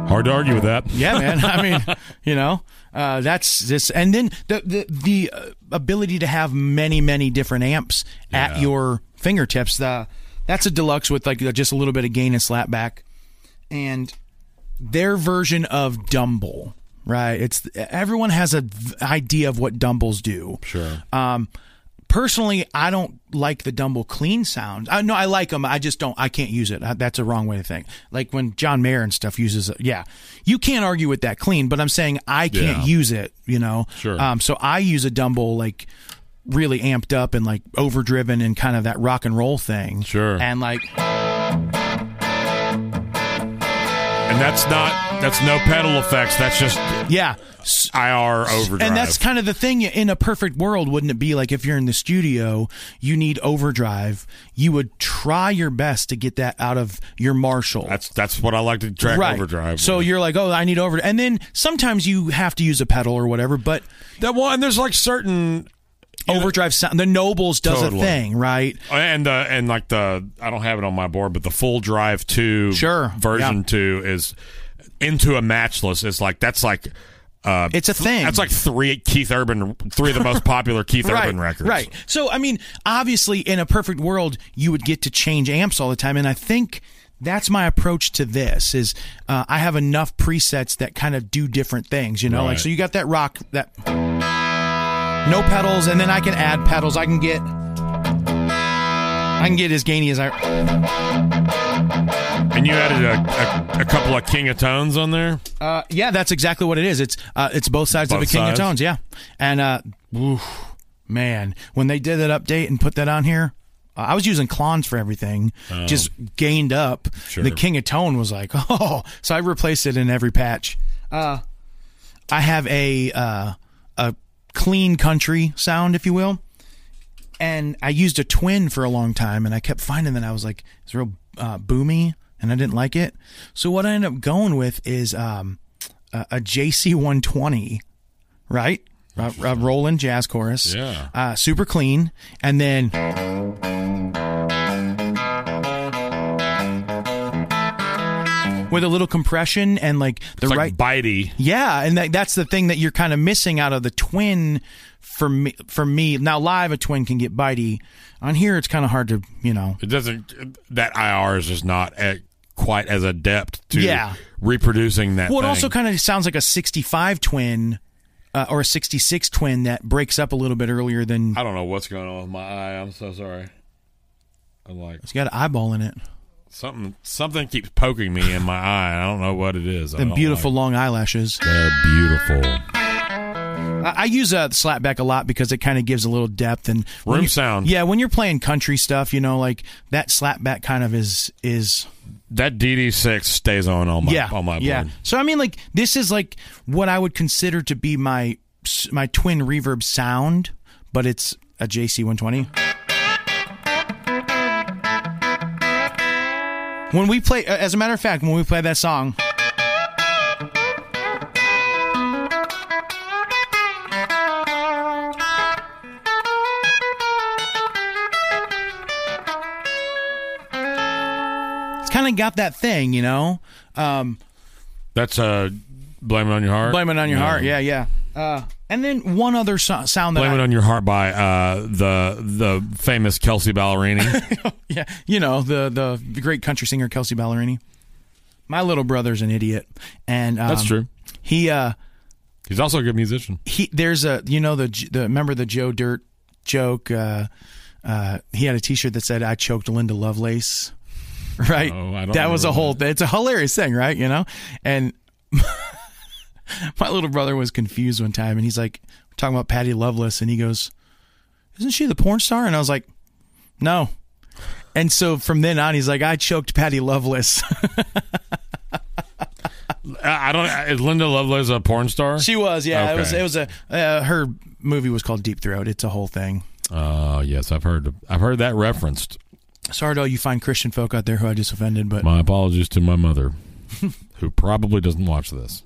Hard to argue with that. yeah, man. [LAUGHS] I mean, you know, uh, that's this, and then the the the uh, ability to have many many different amps at Yeah. your fingertips. The that's a deluxe with like just a little bit of gain and slapback, and their version of Dumble. Right, it's everyone has a v- idea of what Dumbles do. Sure. Um, personally, I don't like the Dumble clean sound. I, no, I like them. I just don't. I can't use it. I, that's a wrong way to think. Like when John Mayer and stuff uses it. Yeah, you can't argue with that clean. But I'm saying I can't Yeah. use it. You know. Sure. Um, so I use a Dumble like really amped up and like overdriven and kind of that rock and roll thing. Sure. And like And that's not that's no pedal effects. That's just yeah. S- IR overdrive. And that's kind of the thing. In a perfect world, wouldn't it be like if you're in the studio, you need overdrive. You would try your best to get that out of your Marshall. that's that's what I like to track right. overdrive. So with. you're like, oh, I need overdrive. And then sometimes you have to use a pedal or whatever, but that one there's like certain overdrive sound. The Nobles does Totally. a thing, right? and uh, and like the I don't have it on my board, but the full drive two Sure. version Yeah. two is into a matchless. It's like that's like uh, It's a thing. That's like three Keith Urban, three of the most popular [LAUGHS] Keith right, Urban records. Right. So, I mean, obviously, in a perfect world, you would get to change amps all the time, and I think that's my approach to this is uh, I have enough presets that kind of do different things, you know. Right. Like, so you got that rock that no pedals, and then I can add pedals. I can get. I can get as gainy as I. And you added a, a, a couple of King of Tones on there. Uh, yeah, that's exactly what it is. It's uh, it's both sides of a Both King sides? of Tones. Yeah, and uh, oof, man, when they did that update and put that on here, uh, I was using clones for everything. Just gained up. Oh. Sure. The King of Tone was like, [LAUGHS] oh, so I replaced it in every patch. Uh, I have a uh, a clean country sound, if you will, and I used a twin for a long time, and I kept finding that I was like it's real uh, boomy, and I didn't like it. So what I ended up going with is um, a, a JC 120, right? A, a Roland jazz chorus, Yeah. uh, super clean, and then with a little compression and like the It's like right bitey. yeah, and that, that's the thing that you're kind of missing out of the twin for me. For me now, live a twin can get bitey. On here, it's kind of hard to you know. It doesn't. That IR is just not at, quite as adept to Yeah. reproducing that. Well, it thing. also kind of sounds like a 65 twin uh, or a 66 twin that breaks up a little bit earlier than I don't know what's going on with my eye. I'm so sorry. I'm like it's got an eyeball in it. something. Something keeps poking me in [SIGHS] my eye. and I don't know what it is. I The don't beautiful Like. long eyelashes. They're beautiful. I, I use uh, the slapback a lot because it kind of gives a little depth and when Room you- sound. Yeah, when you're playing country stuff, you know, like that slapback kind of is is That DD6 stays on all my yeah, on my yeah. board. So I mean, like this is like what I would consider to be my my twin reverb sound, but it's a JC 120. When we play, uh, as a matter of fact, when we play that song, kind of got that thing, you know. Um, That's uh, blame it on your heart. blame it on your Yeah. heart. Yeah, yeah. Uh, and then one other so- sound that Blame [LAUGHS] I, it on your heart by uh, the the famous [LAUGHS] Kelsey Ballerini. Oh, yeah, you know the the great country singer Kelsey Ballerini. My little brother's an idiot, and um, That's true. He uh He's also a good musician. he there's a you know the J- the remember the Joe Dirt joke. Uh, uh, he had a T-shirt that said "I choked Linda Lovelace," [LAUGHS] right? Oh, I don't that was a remember whole. It's a hilarious thing, right? You know, and [LAUGHS] my little brother was confused one time, and he's like talking about Patty Lovelace, and he goes, "Isn't she the porn star?" And I was like, "No." And so from then on, he's like, "I choked Patty Lovelace." [LAUGHS] I I don't. Is Linda Lovelace a porn star? she was, yeah. It was. Okay. It was a uh, her movie was called Deep Throat. It's a whole thing. Uh, yes, I've heard. I've heard that referenced. Sorry to all you fine Christian folk out there who I just offended, but My apologies to [LAUGHS] my mother, who probably doesn't watch this.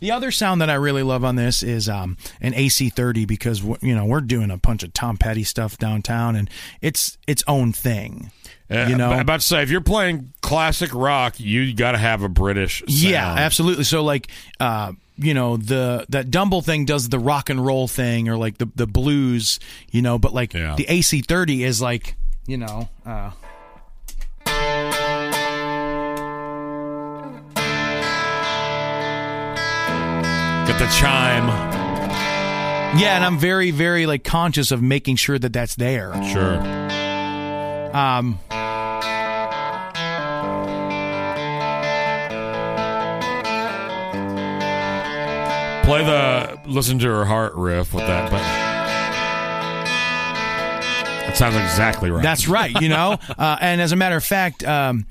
the other sound that I really love on this is um, an AC30 because w- you know we're doing a bunch of Tom Petty stuff downtown, and it's its own thing. Uh, you know, I'm about to say if you're playing classic rock, you got to have a British. Sound. yeah, absolutely. So like, uh, you know, the that Dumble thing does the rock and roll thing, or like the the blues, you know, but like Yeah. the AC30 is like, you know, uh, Get the chime. yeah, and I'm very very like conscious of making sure that that's there. Sure. Um, Play the listen to her heart riff with that. But that sounds exactly right. That's right. You know, uh, and as a matter of fact, um,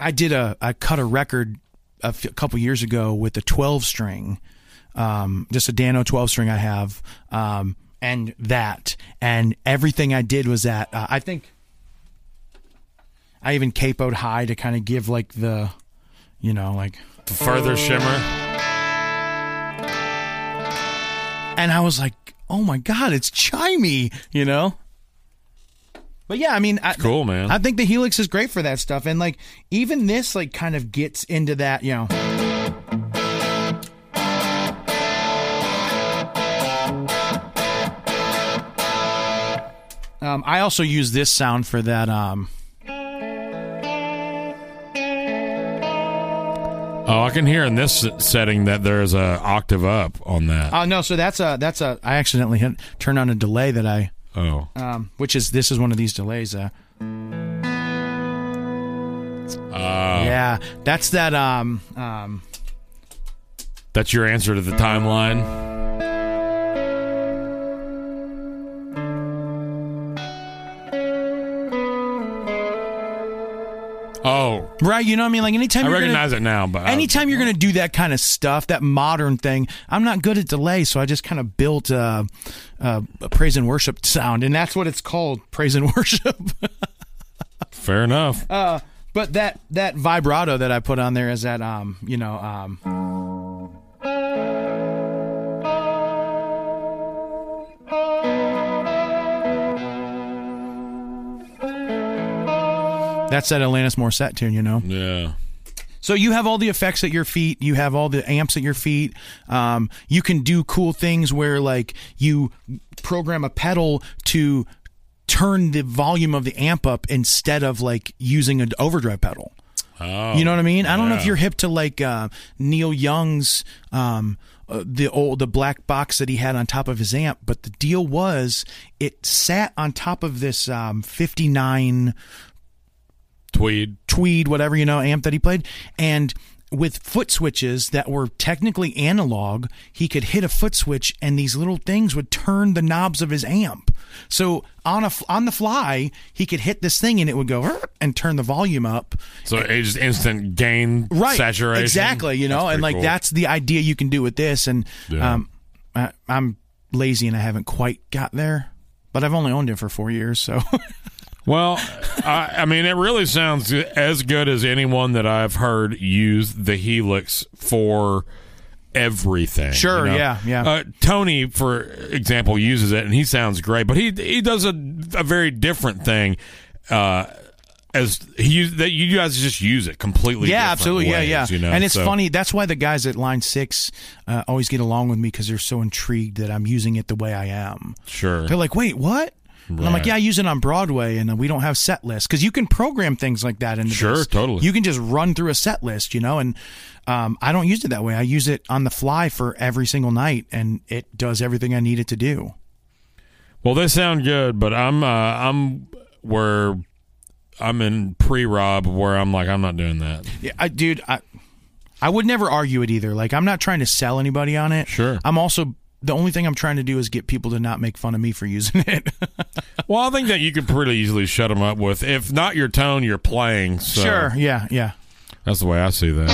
I did a I cut a record a f- couple years ago with a twelve string, um, just a Dano twelve string I have, um, and that and everything I did was that uh, I think I even capoed high to kind of give like the, you know, like further shimmer. and I was like, oh my god, it's chimey, you know. But yeah, I mean, I, cool, man. I think the Helix is great for that stuff, and like even this like kind of gets into that, you know. Um, I also use this sound for that. Um, Oh, I can hear in this setting that there is a octave up on that. oh no, so that's a that's a. I accidentally hit, turned on a delay that I, Oh, um, which is this is one of these delays. Uh, uh, yeah, that's that. Um, um, that's your answer to the timeline. Oh, Right, you know what I mean? Like anytime I you're recognize gonna, it now, but uh, I- anytime you're going to do that kind of stuff, that modern thing, I'm not good at delay, so I just kind of built a, a, a praise and worship sound, and that's what it's called, praise and [LAUGHS] worship. fair enough. but that that vibrato that I put on there is that um, you know, um That's that Alanis Morissette tune, you know. yeah. So you have all the effects at your feet. You have all the amps at your feet. Um, you can do cool things where like you program a pedal to turn the volume of the amp up instead of like using an overdrive pedal. Oh, You know what I mean? I don't know if yeah. you're hip to like uh, Neil Young's um, uh, the old the black box that he had on top of his amp, but the deal was it sat on top of this um, 59 tweed. tweed, whatever you know, amp that he played, and with foot switches that were technically analog, he could hit a foot switch, and these little things would turn the knobs of his amp. So on a f- on the fly, he could hit this thing, and it would go [LAUGHS] "Rrrt," and turn the volume up. So it's just instant gain, Right, saturation, exactly. You know, That's and like pretty cool. that's the idea you can do with this. And Yeah. um, I, I'm lazy, and I haven't quite got there. But I've only owned it for four years, so [LAUGHS] Well, I, I mean, it really sounds as good as anyone that I've heard use the Helix for everything. Sure, yeah, yeah. Uh, Tony, for example, uses it, and he sounds great, but he he does a, a very different thing. Uh, as he that you guys just use it completely. yeah, different absolutely. yeah, ways, yeah. You know? and it's So- funny. That's why the guys at Line Six uh, always get along with me because they're so intrigued that I'm using it the way I am. Sure. They're like, "Wait, what?" And I'm like, Right. "Yeah, I use it on Broadway, and uh, we don't have set lists because you can program things like that in the Sure, totally. You can just run through a set list, you know. And um, I don't use it that way. I use it on the fly for every single night, and it does everything I need it to do. Well, they sound good, but I'm uh, I'm where I'm in pre Rob where I'm like I'm not doing that. Yeah, I, dude, I, I would never argue it either. Like, I'm not trying to sell anybody on it. Sure. I'm also the only thing I'm trying to do is get people to not make fun of me for using [LAUGHS] it. Well, I think that you could pretty easily shut them up with if not your tone, you're playing. So Sure. Yeah. Yeah. that's the way I see that.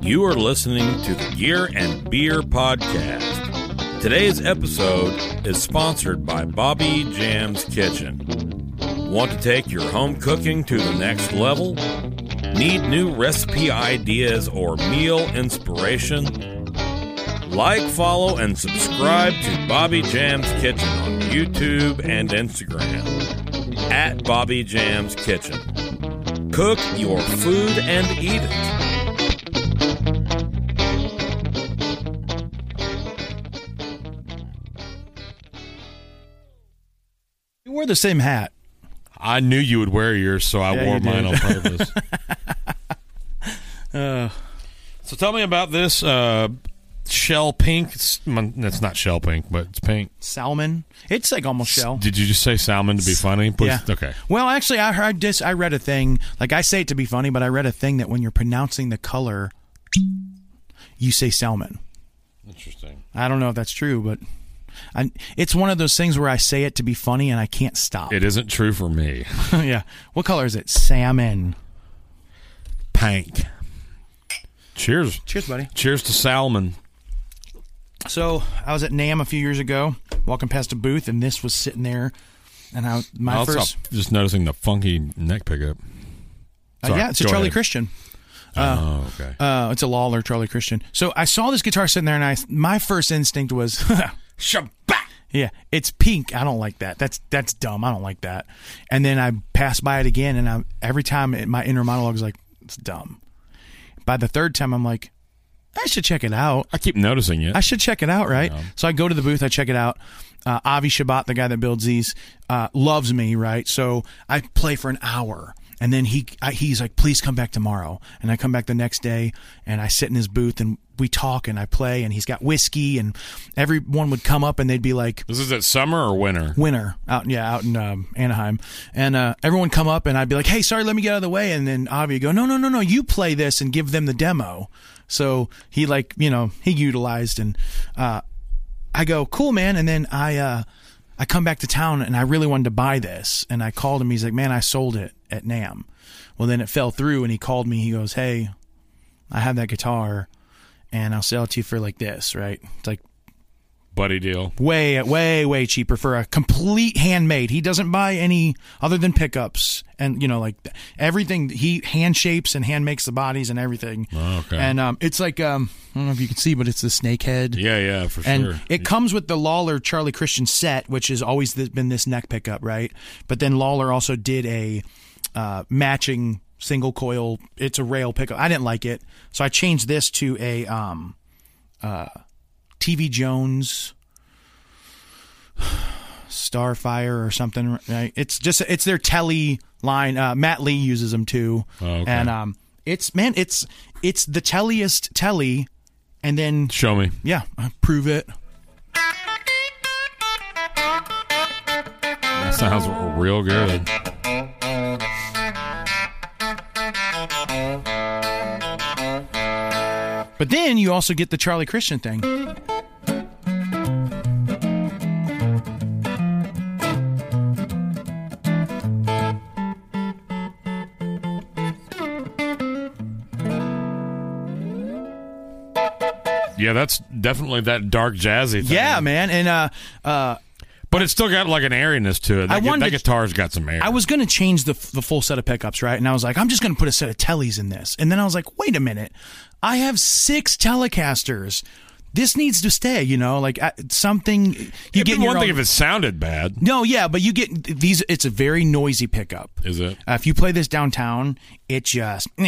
You are listening to the Gear and Beer Podcast. Today's episode is sponsored by Bobby Jam's Kitchen. Want to take your home cooking to the next level? Need new recipe ideas or meal inspiration? Like, follow, and subscribe to Bobby Jam's Kitchen on YouTube and Instagram at Bobby Jam's Kitchen. Cook your food and eat it. You wear the same hat. I knew you would wear yours, so I Yeah, wore you mine on did. purpose. [LAUGHS] Uh, so tell me about this uh, shell pink. It's, mm, it's not shell pink, but it's pink. salmon. It's like almost shell. Did you just say salmon to be funny? Please? Yeah. Okay. Well, actually, I heard this. I read a thing. Like I say it to be funny, but I read a thing that when you're pronouncing the color, you say salmon. Interesting. I don't know if that's true, but I, it's one of those things where I say it to be funny and I can't stop. It isn't true for me. [LAUGHS] yeah. What color is it? Salmon. Pink. Cheers. Cheers, buddy. Cheers to salmon. So I was at Nam a few years ago, walking past a booth, and this was sitting there. And I my also, first just noticing the funky neck pickup. uh, sorry, yeah, it's a go Charlie ahead. Christian. oh, okay. Uh, it's a Lawler Charlie Christian. So I saw this guitar sitting there, and I my first instinct was, [LAUGHS] Shabbat. yeah, it's pink. I don't like that. That's that's dumb. I don't like that. And then I passed by it again, and I, every time it, my inner monologue is like, it's dumb. By the third time, I'm like, I should check it out. I keep noticing it. I should check it out, right? So I go to the booth, I check it out. Uh, Avi Shabat, the guy that builds these, uh, loves me, right? So I play for an hour, and then he I, he's like, "Please come back tomorrow." And I come back the next day, and I sit in his booth, and we talk, and I play, and he's got whiskey, and everyone would come up, and they'd be like, this is it summer or winter? winter out yeah out in um, Anaheim and uh, everyone come up and I'd be like hey sorry let me get out of the way and then Avi would go no no no no you play this and give them the demo so he like you know he utilized and uh, I go cool man and then I uh, I come back to town and I really wanted to buy this and I called him he's like man I sold it at Nam well then it fell through and he called me he goes hey I have that guitar and I'll sell it to you for like this right it's like Buddy deal. way way way cheaper for a complete handmade he doesn't buy any other than pickups and you know like th- everything he hand shapes and hand makes the bodies and everything Oh, okay. and um it's like um i don't know if you can see but it's the snake head Yeah, yeah, for and sure. it comes with the Lawler Charlie Christian set, which has always th- been this neck pickup, right? But then Lawler also did a uh, matching single coil. It's a rail pickup. I didn't like it, so I changed this to a um, uh, TV Jones Starfire or something. Right? It's just it's their Telly line. Uh, Matt Lee uses them too, Oh, okay. and um, it's man, it's it's the telliest telly. And then Show me. yeah, uh, prove it. That sounds real good. But then you also get the Charlie Christian thing. Yeah, that's definitely that dark jazzy thing. Yeah, man. And uh, uh, But it's still got like an airiness to it. That, I gu- wanted that to- guitar's got some air. I was gonna change the the full set of pickups, right? And I was like, I'm just gonna put a set of tellies in this. And then I was like, wait a minute, I have six Telecasters. this needs to stay. You know, like I, something you It'd get be in your one thing own- if it sounded bad. no, yeah, but you get these. It's a very noisy pickup. Is it? Uh, if you play this downtown, it just [SNIFFS] you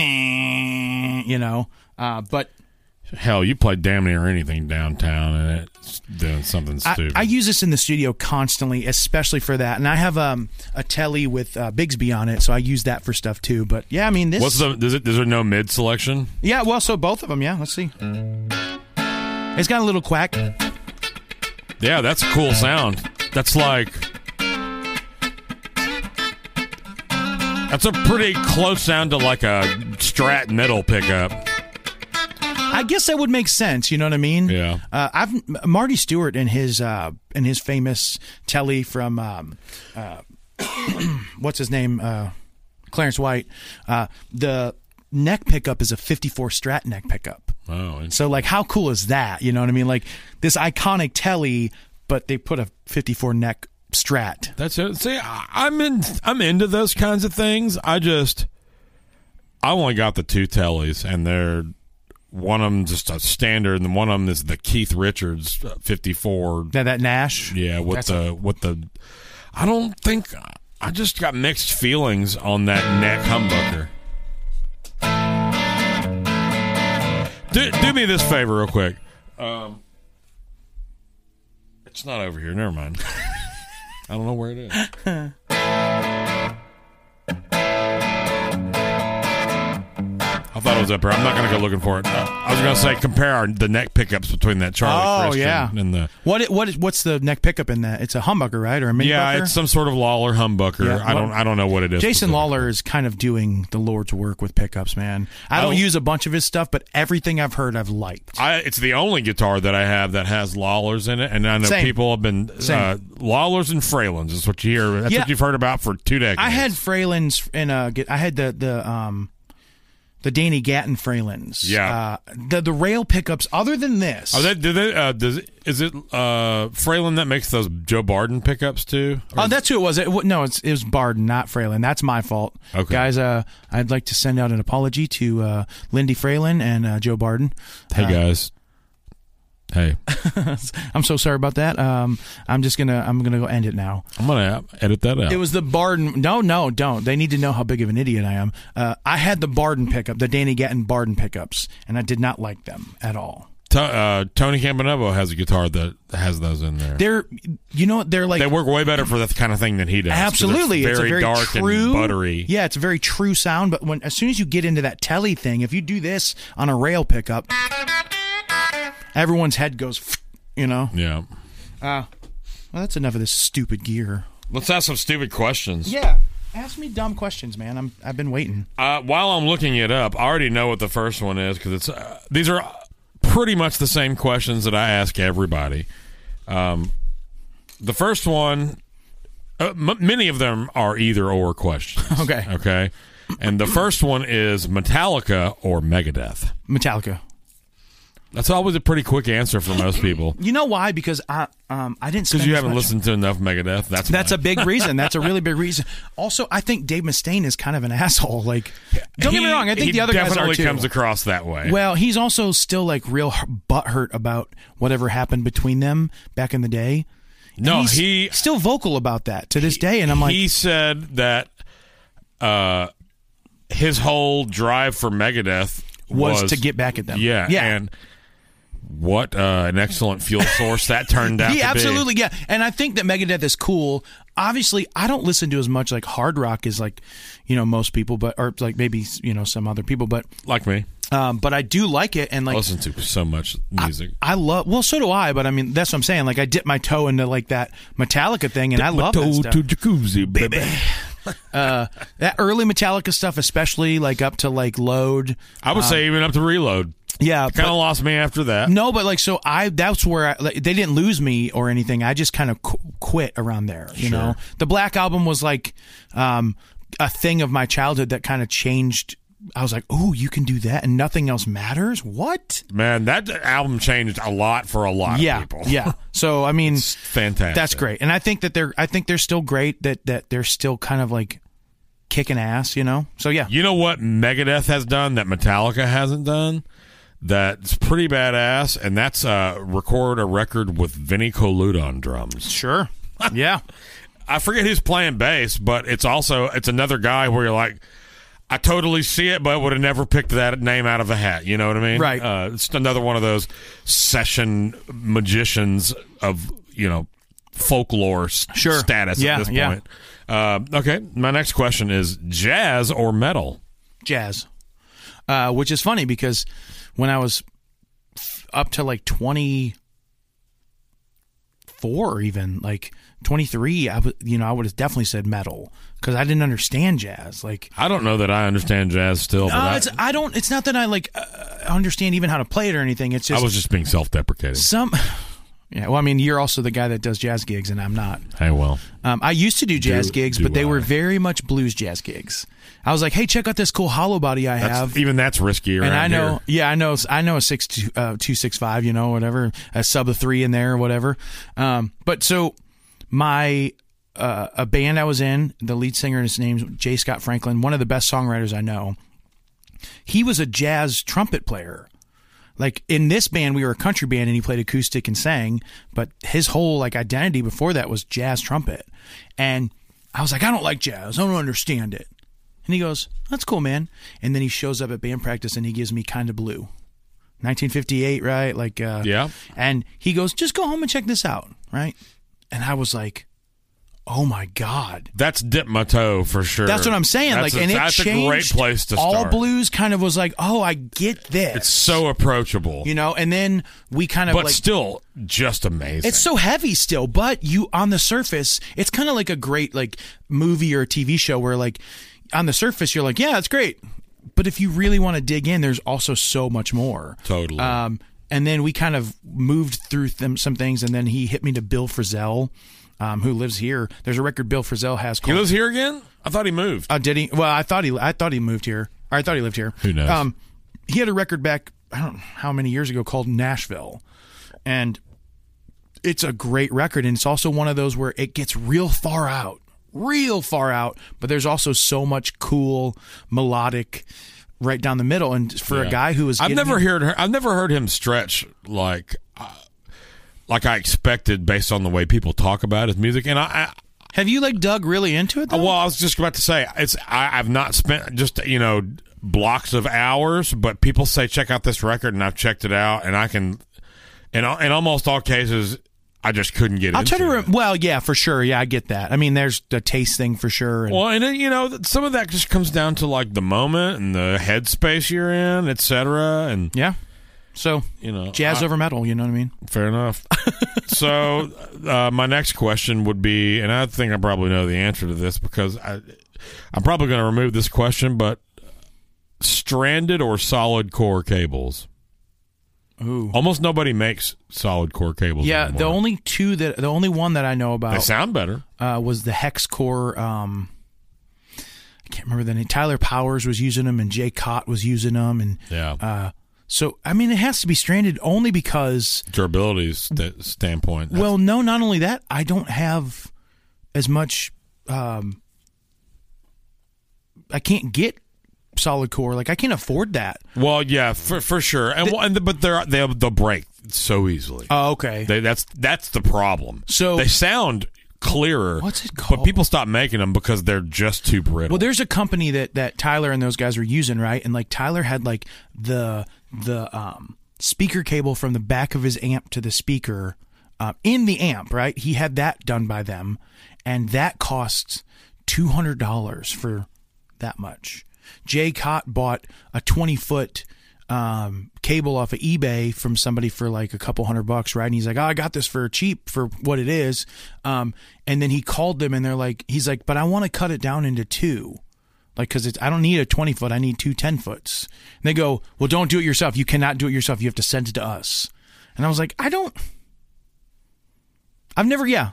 know. Uh, but Hell, you play damn near anything downtown, and it's doing something I, stupid. I use this in the studio constantly, especially for that. And I have um, a telly with uh, Bigsby on it, so I use that for stuff too. But yeah, I mean this. What's the? Does it? Is there no mid selection? yeah, well, so both of them. Yeah, let's see. It's got a little quack. Yeah, that's a cool sound. That's like. That's a pretty close sound to like a strat metal pickup. I guess that would make sense. You know what I mean? Yeah. Uh, I've M- Marty Stewart and his uh, and his famous telly from um, uh, [CLEARS THROAT] what's his name uh, Clarence White. Uh, the neck pickup is a 54 Strat neck pickup. Oh, it's- So like, how cool is that? You know what I mean? Like this iconic telly, but they put a 54 neck Strat. that's it. See, I- I'm in. I'm into those kinds of things. I just, I only got the two tellies, and they're one of them just a standard, and then one of them is the Keith Richards uh, 54 Now that Nash. Yeah, with the with the, I don't think I just got mixed feelings on that neck humbucker. Do, do me this favor, real quick. Um, it's not over here. Never mind. [LAUGHS] I don't know where it is. I thought it was up here. I'm not going to go looking for it. Uh, I was going to say compare our, the neck pickups between that Charlie Oh Christian yeah. and the what it- what is- what's the neck pickup in that? It's a humbucker, right? Or a mini yeah, bucker? it's some sort of Lawler humbucker. Yeah, I don't well, I don't know what it is. Jason specifically. Lawler is kind of doing the Lord's work with pickups, man. I don't I'll- use a bunch of his stuff, but everything I've heard, I've liked. I, it's the only guitar that I have that has Lawlers in it, and I know Same. people have been uh, Same. Lawlers and Fralins is what you hear. That's Yeah. what you've heard about for two decades. I had Fralins in a. I had the the um, the Danny Gatton Fralins. Yeah. Uh, the the rail pickups. Other than this, Are they, do they, uh, does it, is it uh, Fralin that makes those Joe Barden pickups too? Or- Oh, that's who it was. It, wa- no, it's, it was Barden, not Fralin. That's my fault. Okay. Guys, uh, I'd like to send out an apology to uh, Lindy Fralin and uh, Joe Barden. hey guys, hey, Uh, [LAUGHS] I'm so sorry about that. Um, I'm just going to I'm going to go end it now. I'm gonna edit that out. It was the Barden. No, no, don't. They need to know how big of an idiot I am. Uh, I had the Barden pickup, the Danny Gatton Barden pickups, and I did not like them at all. To- uh, Tony Campanovo has a guitar that has those in there. They're, you know, what? they're like They work way better for that kind of thing than he does. 'cause it's absolutely. very, it's a very dark true, and buttery. Yeah, it's a very true sound. But when as soon as you get into that telly thing, if you do this on a rail pickup, everyone's head goes. You know, Yeah. well, that's enough of this stupid gear. Let's ask some stupid questions. Yeah, ask me dumb questions, man. I'm I've been waiting. Uh, while I'm looking it up, I already know what the first one is because it's uh, these are pretty much the same questions that I ask everybody. Um, the first one, uh, m- many of them are either or questions. [LAUGHS] Okay. Okay. And the first one is Metallica or Megadeth. Metallica. That's always a pretty quick answer for most [LAUGHS] people You know why? Because I um I didn't because spend you as haven't much- listened to enough Megadeth. That's That's a why. [LAUGHS] big reason. That's a really big reason. Also, I think Dave Mustaine is kind of an [LAUGHS] asshole. Like, don't get me He- wrong. I he think the other guys are definitely too. comes across that way. well, he's also still like real h- butthurt about whatever happened between them back in the day. And No, he's he- still vocal about that to this day, and I'm like, he said that uh, his whole drive for Megadeth was, to get back at them. yeah, yeah, and what uh, an excellent fuel source [LAUGHS] that turned out. He to be. absolutely, yeah. And I think that Megadeth is cool. Obviously, I don't listen to as much like hard rock as like you know most people, but or like maybe you know some other people, but like me. um, but I do like it, and I like listen to so much music. I love. Well, so do I. But I mean, that's what I'm saying. Like I dip my toe into like that Metallica thing, and I love that stuff. jacuzzi, baby. uh, that early Metallica stuff, especially like up to like Load. I would say even up to Reload. Yeah. Kind Um, but- of lost me after that. no, but like so, I that's where I, like, they didn't lose me or anything. I just kind of qu- quit around there. You know, the Black Album was like um, a thing of my childhood that kind of changed. I was like, "Oh, you can do that, and nothing else matters." What? Man, that album changed a lot for a lot yeah, of people. yeah. So I mean, It's fantastic. That's great, and I think that they're I think they're still great. That that they're still kind of like kicking ass, you know. So yeah, You know what Megadeth has done that Metallica hasn't done? that's pretty badass, and that's uh, record a record with Vinnie Collude on drums. [LAUGHS] Sure. Yeah. I forget who's playing bass, but it's also it's another guy where you're like, I totally see it, but would have never picked that name out of a hat. You know what I mean? Right. Uh, it's another one of those session magicians of you know folklore s- Sure. status Yeah, at this yeah. point. Uh, okay, my next question is jazz or metal? jazz, uh, which is funny because when I was f- up to like 24, even like 23, I would, you know, I would have definitely said metal because I didn't understand jazz. Like, I don't know that I understand jazz still. But uh, I, it's, I don't, it's not that I like uh, understand even how to play it or anything. It's I just was just being self-deprecating. some, [SIGHS] yeah. Well, I mean, you're also the guy that does jazz gigs and I'm not. Hey, well, Um, I used to do jazz Do- gigs, do but they I. were very much blues jazz gigs. I was like, hey, check out this cool hollow body I that's- have. even that's risky. and around I know, here. yeah, I know, I know a six two, uh, two six five, you know, whatever, a sub a three in there, or whatever. Um, but so my uh, a band I was in, the lead singer, his name's J. Scott Franklin, one of the best songwriters I know. He was a jazz trumpet player. Like in this band, we were a country band, and he played acoustic and sang. But his whole like identity before that was jazz trumpet, and I was like, I don't like jazz. I don't understand it. And he goes, That's cool, man. And then he shows up at band practice and he gives me kind of blue. 1958, right? Like, uh, Yeah. And he goes, Just go home and check this out, right? And I was like, Oh my God. That's dip my toe for sure. That's what I'm saying. like, That's a, and it that's changed. a great place to all start. blues kind of was like, Oh, I get this. It's so approachable, you know, and then we kind of but like. still just amazing. It's so heavy still, but you on the surface, it's kind of like a great like movie or TV show where like on the surface you're like, yeah, it's great, but if you really want to dig in, there's also so much more. Totally. Um, and then we kind of moved through them some things, and then he hit me to Bill Frisell, um, who lives here. There's a record Bill Frisell has he called. lives here again. I thought he moved. Oh, did he? Well, I thought he. I thought he moved here. Or I thought he lived here. Who knows? Um, he had a record back. I don't know how many years ago called Nashville, and it's a great record. And it's also one of those where it gets real far out, real far out. But there's also so much cool melodic right down the middle. And for a guy who was, I've getting- never heard. Her, I've never heard him stretch like, uh, like I expected based on the way people talk about his music. And I, Have you like dug really into it? I Though? well, I was just about to say it's. I, I've not spent just you know blocks of hours, but people say check out this record, and I've checked it out, and I can, and in, in almost all cases, I just couldn't get I'll into try to. it. Re- well, yeah, for sure. Yeah, I get that. I mean, there's the taste thing for sure. and- Well, and then, you know, th- some of that just comes down to like the moment and the headspace you're in, et cetera, and yeah. So you know, jazz I- over metal. You know what I mean? fair enough. [LAUGHS] so, uh, my next question would be, and I think I probably know the answer to this because I, I'm probably going to remove this question, but stranded or solid core cables? Ooh. Almost nobody makes solid core cables. Yeah, anymore. the only two that the only one that I know they about sound better. uh, was the hex core. Um, I can't remember the name. Tyler Powers was using them, and Jay Cott was using them, and Yeah, uh, so I mean, it has to be stranded only because. durability st- standpoint. that's- Well, no, not only that, I don't have as much. Um, I can't get solid core. Like I can't afford that. well, yeah, for for sure, and well, and the, but they're they they'll break so easily. Oh, okay. They, that's that's the problem. So- they sound clearer. What's it But called? people stop making them because they're just too brittle. Well, there's a company that that Tyler and those guys were using, right? And like Tyler had like the the um, speaker cable from the back of his amp to the speaker uh, in the amp, right? He had that done by them, and that costs two hundred dollars for that much. Jay Cott bought a twenty foot um, cable off of eBay from somebody for like a couple hundred bucks, right? And he's like, "Oh, I got this for cheap for what it is." Um, and then he called them, and they're like, "He's like, but I want to cut it down into two, like because it's I don't need a twenty foot, I need two 10 foots." And they go, "Well, don't do it yourself. You cannot do it yourself. You have to send it to us." And I was like, "I don't." I've never, yeah,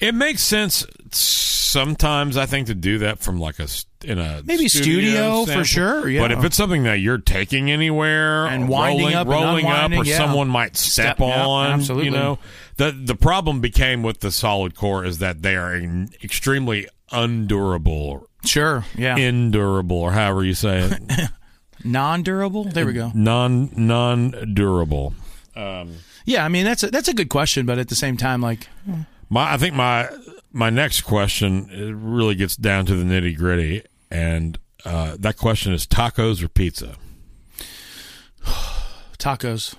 it makes sense sometimes. I think to do that from like a s- in a Maybe studio, for sample. sure, yeah. But if it's something that you're taking anywhere And or winding rolling, up and rolling up, or unwinding, yeah. someone might step, Step- yeah, on, absolutely. You know, the the problem became with the solid core is that they are in- extremely undurable, sure, yeah, [LAUGHS] indurable, or however you say it. non-durable. There we go. non non durable. Yeah, I mean that's a, that's a good question, but at the same time, like My, I think my my next question it really gets down to the nitty gritty, and uh, that question is tacos or pizza. tacos.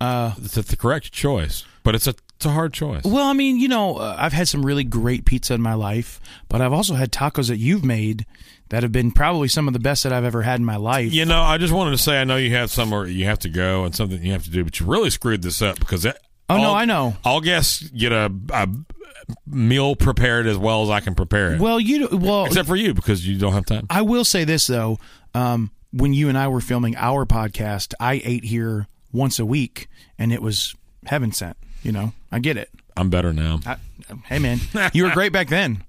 It's the correct choice, but it's a it's a hard choice. Well, I mean, you know, uh, I've had some really great pizza in my life, but I've also had tacos that you've made that have been probably some of the best that I've ever had in my life. You know, I just wanted to say I know you have somewhere you have to go and something you have to do, but you really screwed this up because that. Oh, no, I know. I'll guess get a, a meal prepared as well as I can prepare it, Well, you well, except for you because you don't have time. I will say this though, um, when you and I were filming our podcast, I ate here once a week, and it was heaven sent. You know, I get it. I'm better now. I, hey, man, you were great back then,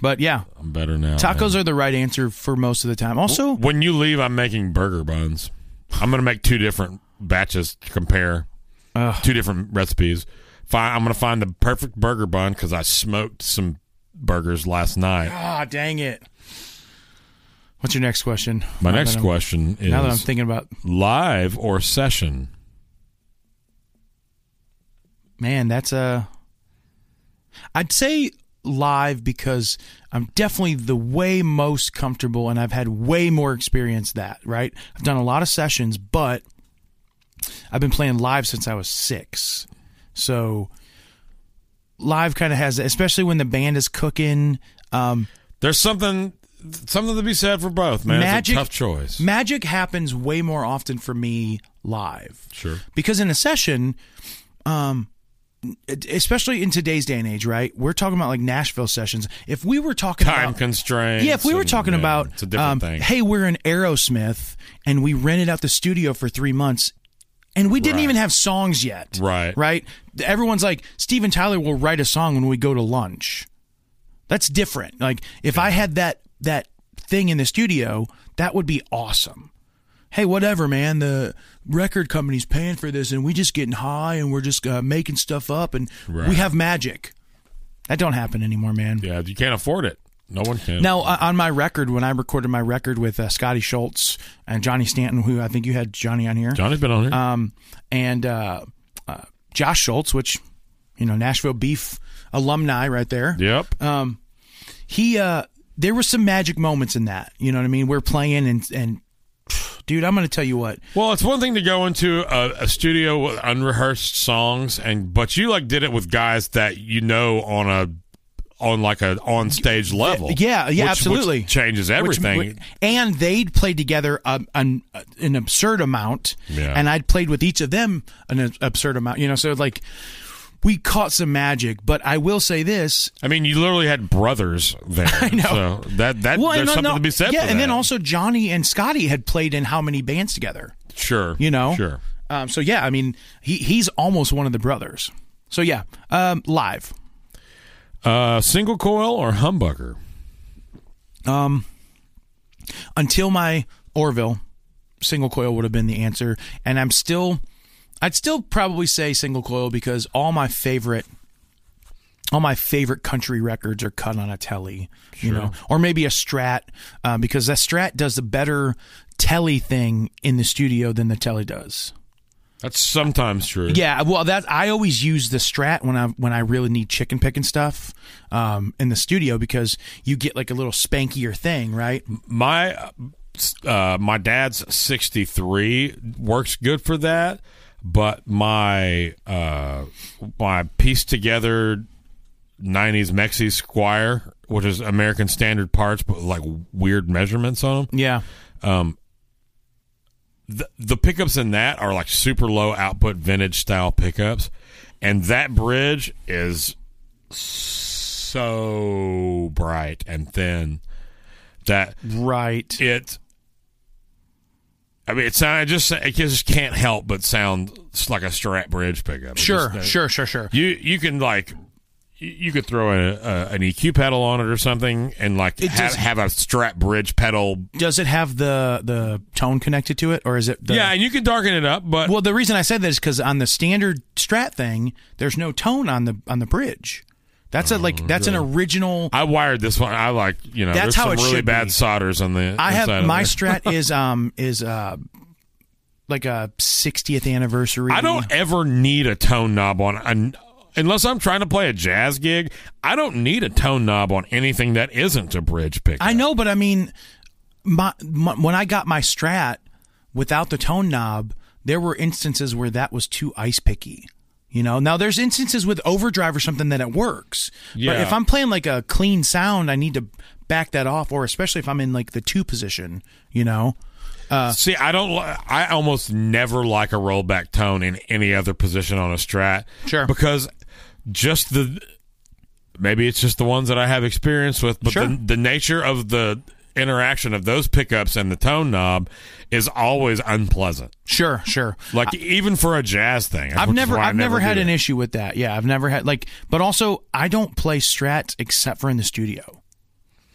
but yeah, I'm better now. man. tacos are the right answer for most of the time. Also, When you leave, I'm making burger buns. I'm going to make two different batches to compare, two different recipes. Fi- I'm going to find the perfect burger bun because I smoked some burgers last night. ah, dang it. What's your next question? My Now next that I'm- question is Now that I'm thinking about, live or session? man, that's a. I'd say live because I'm definitely the way most comfortable, and I've had way more experience that. Right, I've done a lot of sessions, but I've been playing live since I was six, so live kind of has, especially when the band is cooking. Um, There's something something to be said for both, man. Magic- it's a tough choice. magic happens way more often for me live. sure. because in a session um especially in today's day and age right we're talking about like nashville sessions if we were talking Time about constraints. yeah if we were and, talking yeah, about it's a different um, thing. hey we're in aerosmith and we rented out the studio for three months and we didn't Right. even have songs yet Right. right everyone's like steven tyler will write a song when we go to lunch that's different like if i had that that thing in the studio that would be awesome hey, whatever, man, the record company's paying for this, and we just getting high, and we're just uh, making stuff up, and we Right. have magic. That don't happen anymore, man. yeah, you can't afford it. No one can. Now, uh, on my record, when I recorded my record with uh, Scotty Schultz and Johnny Stanton, who I think you had Johnny on here, Johnny's been on here. um, and uh, uh, Josh Schultz, which you know Nashville Beef alumni right there. yep. he uh there were some magic moments in that you know what i mean we're playing and and dude i'm gonna tell you what Well, it's one thing to go into a, a studio with unrehearsed songs, and but you like did it with guys that you know on a on like a on stage level. yeah, yeah, which- which absolutely. changes which- everything. and they'd played together um, an, an absurd amount Yeah. and i'd played with each of them an absurd amount you know so like we caught some magic but i will say this I mean, you literally had brothers [LAUGHS] there. I know. So that that well there's and something then, to be said. yeah for and then that. also johnny and scotty had played in how many bands together sure, you know sure. um, so yeah i mean he, he's almost one of the brothers so yeah um, live Uh, single coil or humbucker? until my Orville single coil would have been the answer and I'm still I'd still probably say single coil because all my favorite all my favorite country records are cut on a telly, you know, or maybe a Strat, uh, because that Strat does the better telly thing in the studio than the telly does. That's sometimes true. Yeah, well, that I always use the Strat when I when I really need chicken picking stuff um, in the studio because you get like a little spankier thing, right? my uh, my dad's 63 works good for that but my uh my piece together 90s mexi squire which is american standard parts but like weird measurements on them Yeah, the, the pickups in that are like super low output vintage style pickups and that bridge is so bright and thin that right. it I mean, it sound, it just it just can't help but sound like a Strat bridge pickup. It Sure, just- uh, sure, sure, sure. You you can like you- you could throw a, a, an EQ pedal on it or something, and like It have, just- have a Strat bridge pedal. Does it have the the tone connected to it, or is it? The, yeah, and you can darken it up, but Well, the reason I said that is because on the standard Strat thing, there's no tone on the on the bridge. That's Oh, a like that's an original. I wired this one. I like you know. That's there's how some it really should bad be. solders on the. I have inside of my there. strat is um is uh like a 60th anniversary. I don't ever need a tone knob on un- unless I'm trying to play a jazz gig. I don't need a tone knob on anything that isn't a bridge pickup. I know, but I mean, my, my when I got my Strat without the tone knob, there were instances where that was too ice picky. You know, now there's instances with overdrive or something that it works. But Yeah. if I'm playing like a clean sound, I need to back that off, or especially if I'm in like the two position. You know, See, I don't. li- I almost never like a rollback tone in any other position on a strat. Sure. because just the maybe it's just the ones that I have experience with, but Sure. the, the nature of the interaction of those pickups and the tone knob is always unpleasant. sure, sure. Like even for a jazz thing, I've which is never, why I I've never had do an it. issue with that. Yeah, I've never had like, but also I don't play strats except for in the studio.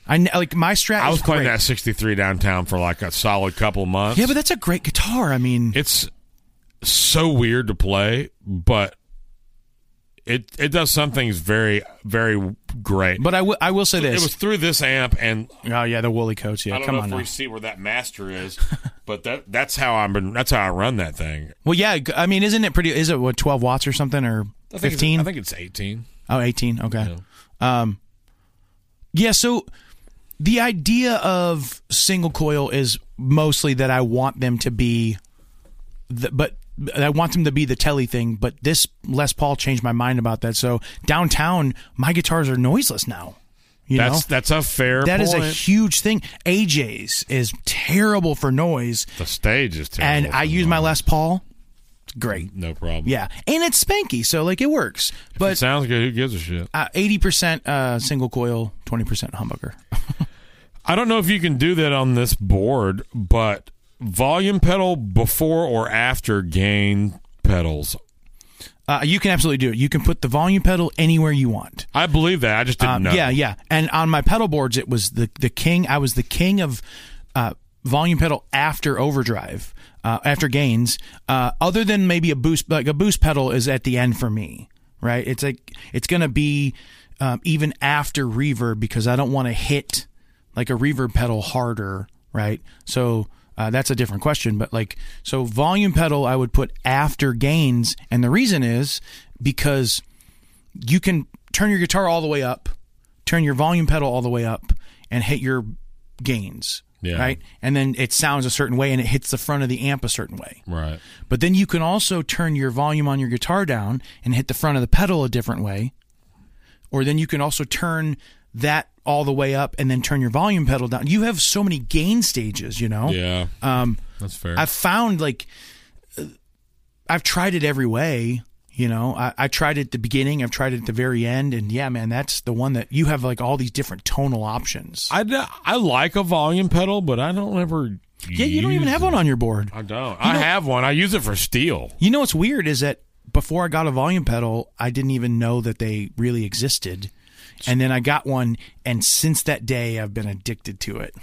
I n- like my strat. I was is playing great. that 63 downtown for like a solid couple of months. Yeah, but that's a great guitar. I mean, it's so weird to play, but it it does some things very very great. but I wi- I will say it this. was through this amp, and oh yeah, the woolly coats. I Yeah, don't come know if on. we Now. see where that master is, but that that's how I'm been. That's how I run that thing. Well, yeah. g- I mean, isn't it pretty? Is it what twelve watts or something or I think it's- fifteen? I think it's 18. Oh, 18. Okay. Um, yeah. So the idea of single coil is mostly that I want them to be, the, but I want them to be the telly thing. But this Les Paul changed my mind about that. So downtown, my guitars are noiseless now. You That's know. that's a fair. That is a point. huge thing. AJ's is terrible for noise, the stage is terrible. and I use my Les Paul. It's great. no problem. Yeah, and it's spanky, so like it works. If But it sounds good. Who gives a shit? eighty percent uh, single coil, twenty percent humbucker. I don't know if you can do that on this board, but volume pedal before or after gain pedals. Uh, you can absolutely do it. You can put the volume pedal anywhere you want. I believe that. I just didn't Um, know. Yeah, yeah. And on my pedal boards, it was the the king. I was the king of uh, volume pedal after overdrive, uh, after gains. Uh, other than maybe a boost, like a boost pedal is at the end for me, right? It's like it's gonna be um, even after reverb because I don't want to hit like a reverb pedal harder, right? So. Uh, that's a different question, but like, so volume pedal I would put after gains, and the reason is because you can turn your guitar all the way up, turn your volume pedal all the way up, and hit your gains. Yeah. Right? And then it sounds a certain way and it hits the front of the amp a certain way. Right. But then you can also turn your volume on your guitar down and hit the front of the pedal a different way. Or then you can also turn that all the way up and then turn your volume pedal down. You have so many gain stages, you know? Yeah. Um, That's fair. I've found like uh, I've tried it every way. You know, I, I tried it at the beginning. I've tried it at the very end, and yeah, man, that's the one that you have like all these different tonal options. I, d- I like a volume pedal, but I don't ever. yeah, you don't even have one on your board. I don't. I have one. I use it for steel. You know what's weird is that before I got a volume pedal, I didn't even know that they really existed, and then I got one, and since that day, I've been addicted to it.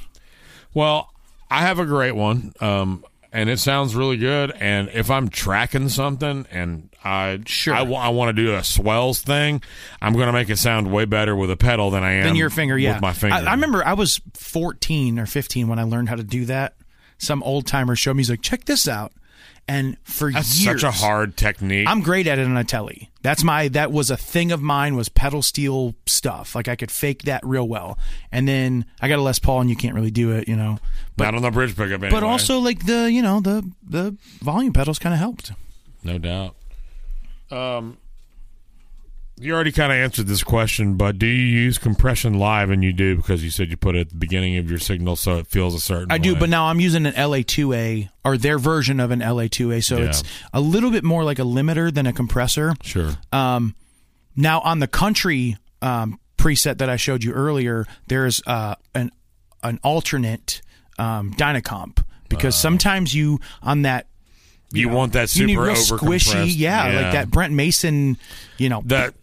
Well, I have a great one, um, and it sounds really good. And if I'm tracking something, and I Sure. I, want to do a swells thing, I'm going to make it sound way better with a pedal than I am. Then your finger, yeah. with my finger. I, I remember I was 14 or 15 when I learned how to do that. Some old timer showed me, he's like, check this out. And for That's years, such a hard technique. I'm great at it on a telly. That's my, that was a thing of mine was pedal steel stuff. Like I could fake that real well. And then I got a Les Paul and you can't really do it, you know, but, not on the bridge pickup, anyway. but also like the, you know, the, the volume pedals kind of helped. no doubt. Um, you already kind of answered this question, but do you use compression live? And you do because you said you put it at the beginning of your signal, so it feels a certain. I do, way. but now I'm using an LA2A or their version of an LA2A. So Yeah. it's a little bit more like a limiter than a compressor. sure. Uh, Now, on the country um, preset that I showed you earlier, there's uh, an an alternate um, Dynacomp because sometimes you on that you, want that super you need real over squishy, yeah, like that Brent Mason, you know, that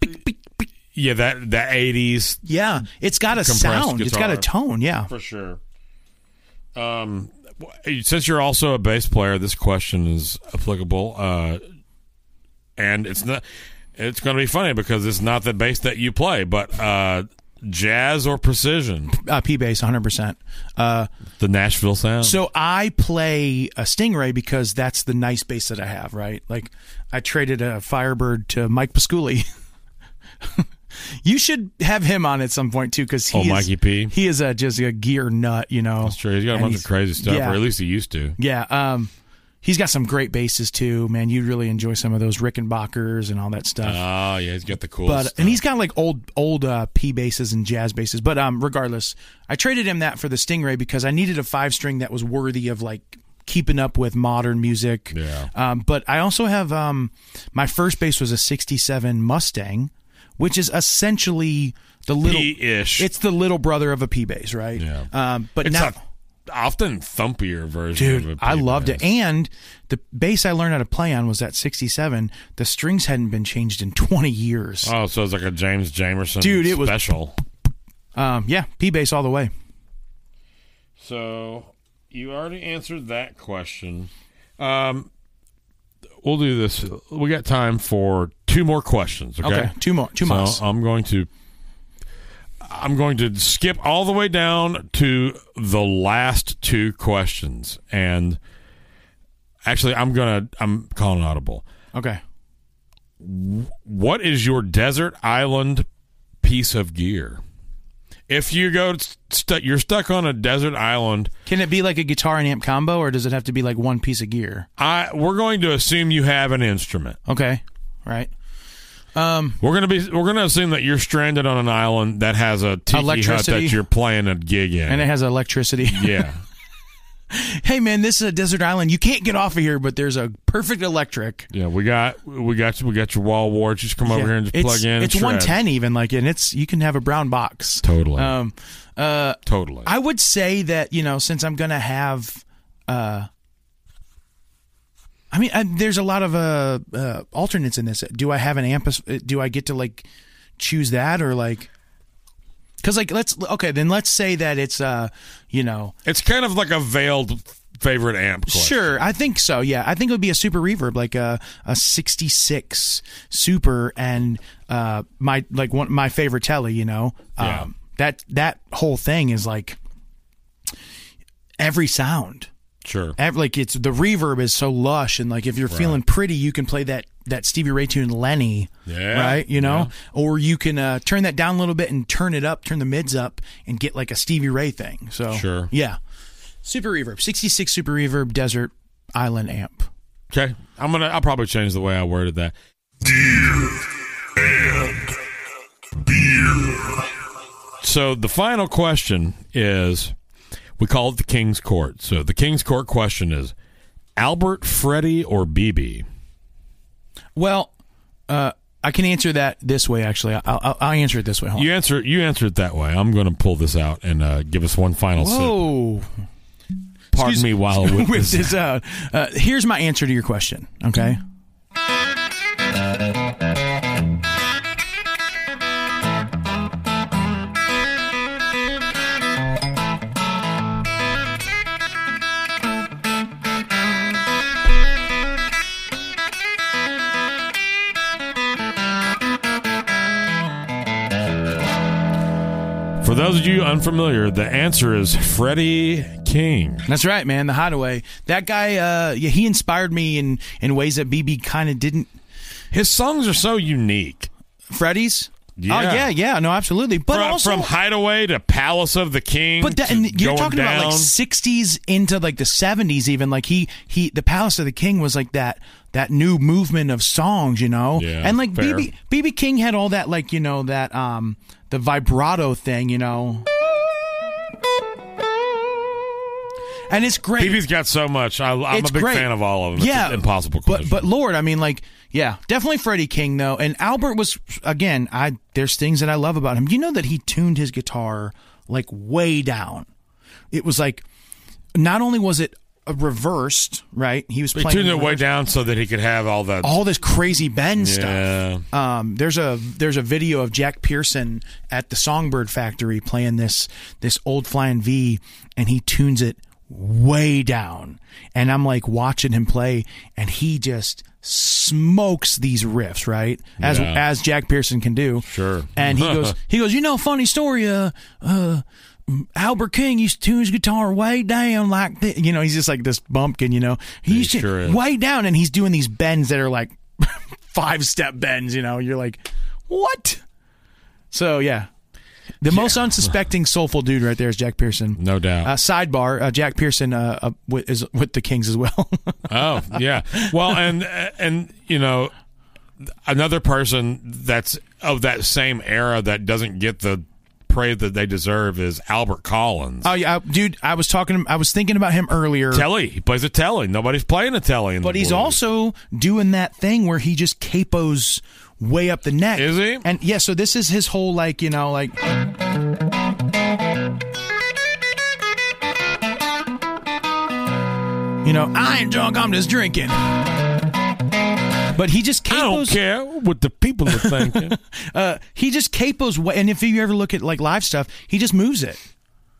yeah that that eighties yeah, it's got a Compressed sound, it's got a guitar. tone, yeah. for sure. Um, w- since you're also a bass player, this question is applicable. Uh, and it's not It's going to be funny because it's not the bass that you play, but uh, jazz or precision, Uh, P bass, 100%. Uh, the Nashville sound. So I play a Stingray because that's the nice bass that I have, right? Like I traded a Firebird to Mike Pasculi. [LAUGHS] you should have him on at some point too, because he Oh, is, Mikey P? He is a, just a gear nut, you know. That's true. He's got a And bunch he's- of crazy stuff, yeah. or at least he used to. Yeah, um, he's got some great basses too, man. You'd really enjoy some of those Rickenbackers and all that stuff. Oh, yeah, he's got the cool but stuff. and he's got like old old uh, P basses and jazz basses. But um, regardless, I traded him that for the Stingray because I needed a five string that was worthy of like keeping up with modern music. Yeah. Um, but I also have um, my first bass was a '67 Mustang, which is essentially the little P-ish. It's the little brother of a P bass, right? Yeah. Um, but It's now. a often thumpier version of a Dude, I P loved bass. it. And the bass I learned how to play on was that 67. The strings hadn't been changed in 20 years. Oh, so it's like a James Jamerson Dude, it was- special. Um, yeah, P bass all the way. So you already answered that question. Um, we'll do this. We got time for two more questions. Okay, Okay, two more, two so uh, months. I'm going to. I'm going to skip all the way down to the last two questions, and actually, I'm gonna I'm calling audible. Okay. What is your desert island piece of gear? If you go, st- you're stuck on a desert island. Can it be like a guitar and amp combo, or does it have to be like one piece of gear? I we're going to assume you have an instrument. Okay. Right. We're gonna be we're gonna assume that you're stranded on an island that has a tiki hut Electricity. that you're playing a gig in. And it has electricity. [LAUGHS] [LAUGHS] yeah, hey, man, this is a desert island. You can't get off of here, but there's a perfect electric. yeah. We got we got you, we got your wall wart. Just come over Yeah. here and just it's, plug in. and It's shred. 110 even, like, and it's you can have a brown box. Totally, Um, uh, totally. I would say that you know since I'm gonna have, uh, I mean, I, there's a lot of uh, uh alternates in this. Do I have an amp? uh, Do I get to like choose that or like? Because like let's okay then let's say that it's uh you know it's kind of like a veiled favorite amp. Question. sure I think so yeah I think it would be a super reverb like a a 66 super and uh my like one my favorite telly you know Um, Yeah. that that whole thing is like every sound sure. Ev- like it's the reverb is so lush and like if you're feeling pretty you can play that that stevie ray tune lenny Yeah, right you know or you can uh, turn that down a little bit and turn it up turn the mids up and get like a stevie ray thing so Sure. yeah super reverb 66 super reverb desert island amp Okay, I'm gonna. I'll probably change the way I worded that. So the final question is, we call it the King's Court. So the King's Court question is, Albert, Freddie, or BB? well uh, i can answer that this way actually i'll, I'll, I'll answer it this way Hold on. You answer. You answer it that way. I'm going to pull this out and uh, give us one final. sip. whoa [LAUGHS] Pardon me while I whip whip this. this out. Uh, here's my answer to your question. Okay. For those of you unfamiliar, the answer is Freddie King. That's right, man. The Hideaway. That guy, uh, yeah, he inspired me in, in ways that BB kind of didn't. His songs are so unique. Freddy's? Yeah. Oh, yeah, yeah. No, absolutely. But Fro- also. from Hideaway to Palace of the King. but that, to and you're going talking about like down. 60s into like the 70s even like he he the palace of the king was like that that new movement of songs you know Yeah, and like fair. bb bb king had all that like you know that um the vibrato thing you know and it's great BB's got so much. I, I'm It's a big great. fan of all of them. Yeah, it's an impossible question. But but Lord, I mean, like, yeah, definitely Freddie King though, and Albert was again. I there's things that I love about him. You know that he tuned his guitar like way down. It was like, not only was it uh, reversed, right? He was he playing tuned it way reversed, down so that he could have all that. all this crazy bend stuff. yeah, Um, there's a there's a video of Jack Pearson at the Songbird Factory playing this this old Flying V, and he tunes it way down. And I'm like watching him play, and he just smokes these riffs, right? As Yeah. as Jack Pearson can do. Sure. And [LAUGHS] he goes, he goes, you know, funny story. Uh, uh, Albert King used to tune his guitar way down like thi-" You know, he's just like this bumpkin. You know, he used to sure is. way down, and he's doing these bends that are like [LAUGHS] five step bends. You know, you're like, what? So yeah, the most unsuspecting soulful dude right there is Jack Pearson. No doubt. Uh, sidebar: uh, Jack Pearson uh, uh, wi- is with the Kings as well. [LAUGHS] Oh yeah. Well, and and you know, another person that's of that same era that doesn't get the praise that they deserve is Albert Collins. oh yeah, I- dude, I was talking, I was thinking about him earlier. telly, he plays a telly. Nobody's playing a telly, in the But he's blues. also doing that thing where he just capos way up the neck. Is he? And yeah, so this is his whole like, you know, like You know, I ain't drunk, I'm just drinking. But he just capos I don't care what the people [LAUGHS] are thinking. uh he just capos way and if you ever look at like live stuff, he just moves it.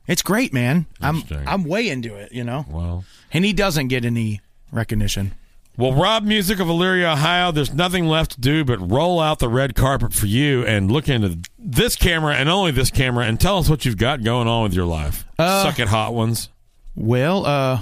It's great, man. I'm Interesting. I'm way into it, you know. well. And he doesn't get any recognition. Well, Rob Music of Elyria, Ohio, there's nothing left to do but roll out the red carpet for you and look into this camera and only this camera and tell us what you've got going on with your life. Uh, Suck it, hot ones. Well, uh,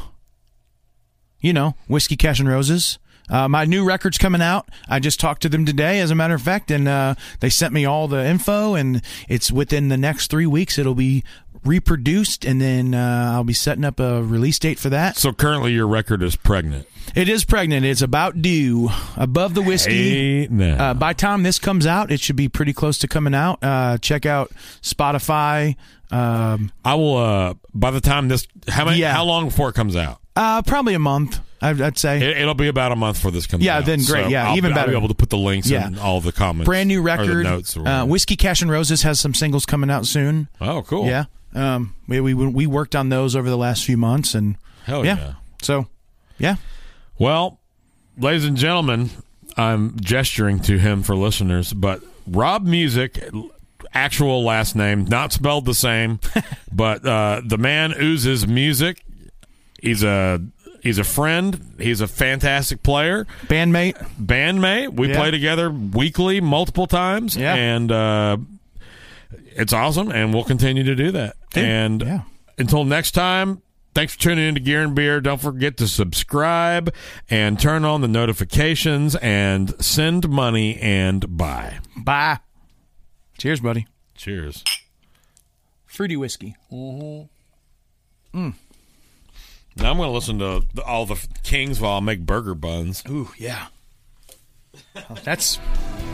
you know, whiskey, cash, and roses. Uh, my new record's coming out. I just talked to them today, as a matter of fact, and uh, they sent me all the info. And it's within the next three weeks it'll be reproduced, and then uh, I'll be setting up a release date for that. So currently, your record is pregnant. It is pregnant. It's about due above the whiskey. Hey, now. Uh, by the time this comes out, it should be pretty close to coming out. Uh, check out Spotify. Um, I will. Uh, by the time this, how many, Yeah. how long before it comes out? uh, probably a month, I'd, I'd say. It, it'll be about a month before this comes Yeah, out. then great. So Yeah, I'll, even I'll better. be able to put the links Yeah. in all the comments. brand new record. or the notes. Or uh, whatever. Whiskey Cash and Roses has some singles coming out soon. oh, cool. Yeah, um, we, we we worked on those over the last few months, and Hell yeah. Oh, yeah. so yeah, Well, ladies and gentlemen, I'm gesturing to him for listeners, but Rob Music, actual last name, not spelled the same, but uh, the man oozes music. He's a he's a friend. He's a fantastic player. bandmate. bandmate. We Yeah. play together weekly, multiple times, Yeah. and uh, it's awesome. And we'll continue to do that. Dude, and yeah. until next time, thanks for tuning in to Gear and Beer. Don't forget to subscribe and turn on the notifications and send money and buy. Bye. Cheers, buddy. Cheers. Fruity whiskey. Now I'm going to listen to the, all the Kings while I make burger buns. Ooh, yeah. That's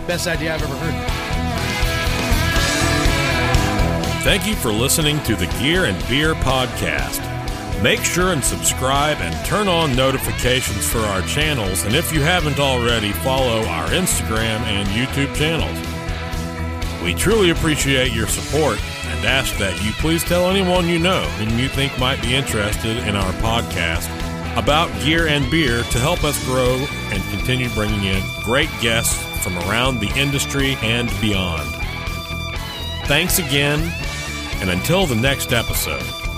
best idea I've ever heard. Thank you for listening to the Gear and Beer Podcast. Make sure and subscribe and turn on notifications for our channels. And if you haven't already, follow our Instagram and YouTube channels. We truly appreciate your support and ask that you please tell anyone you know whom you think might be interested in our podcast about gear and beer to help us grow and continue bringing in great guests from around the industry and beyond. Thanks again, and until the next episode.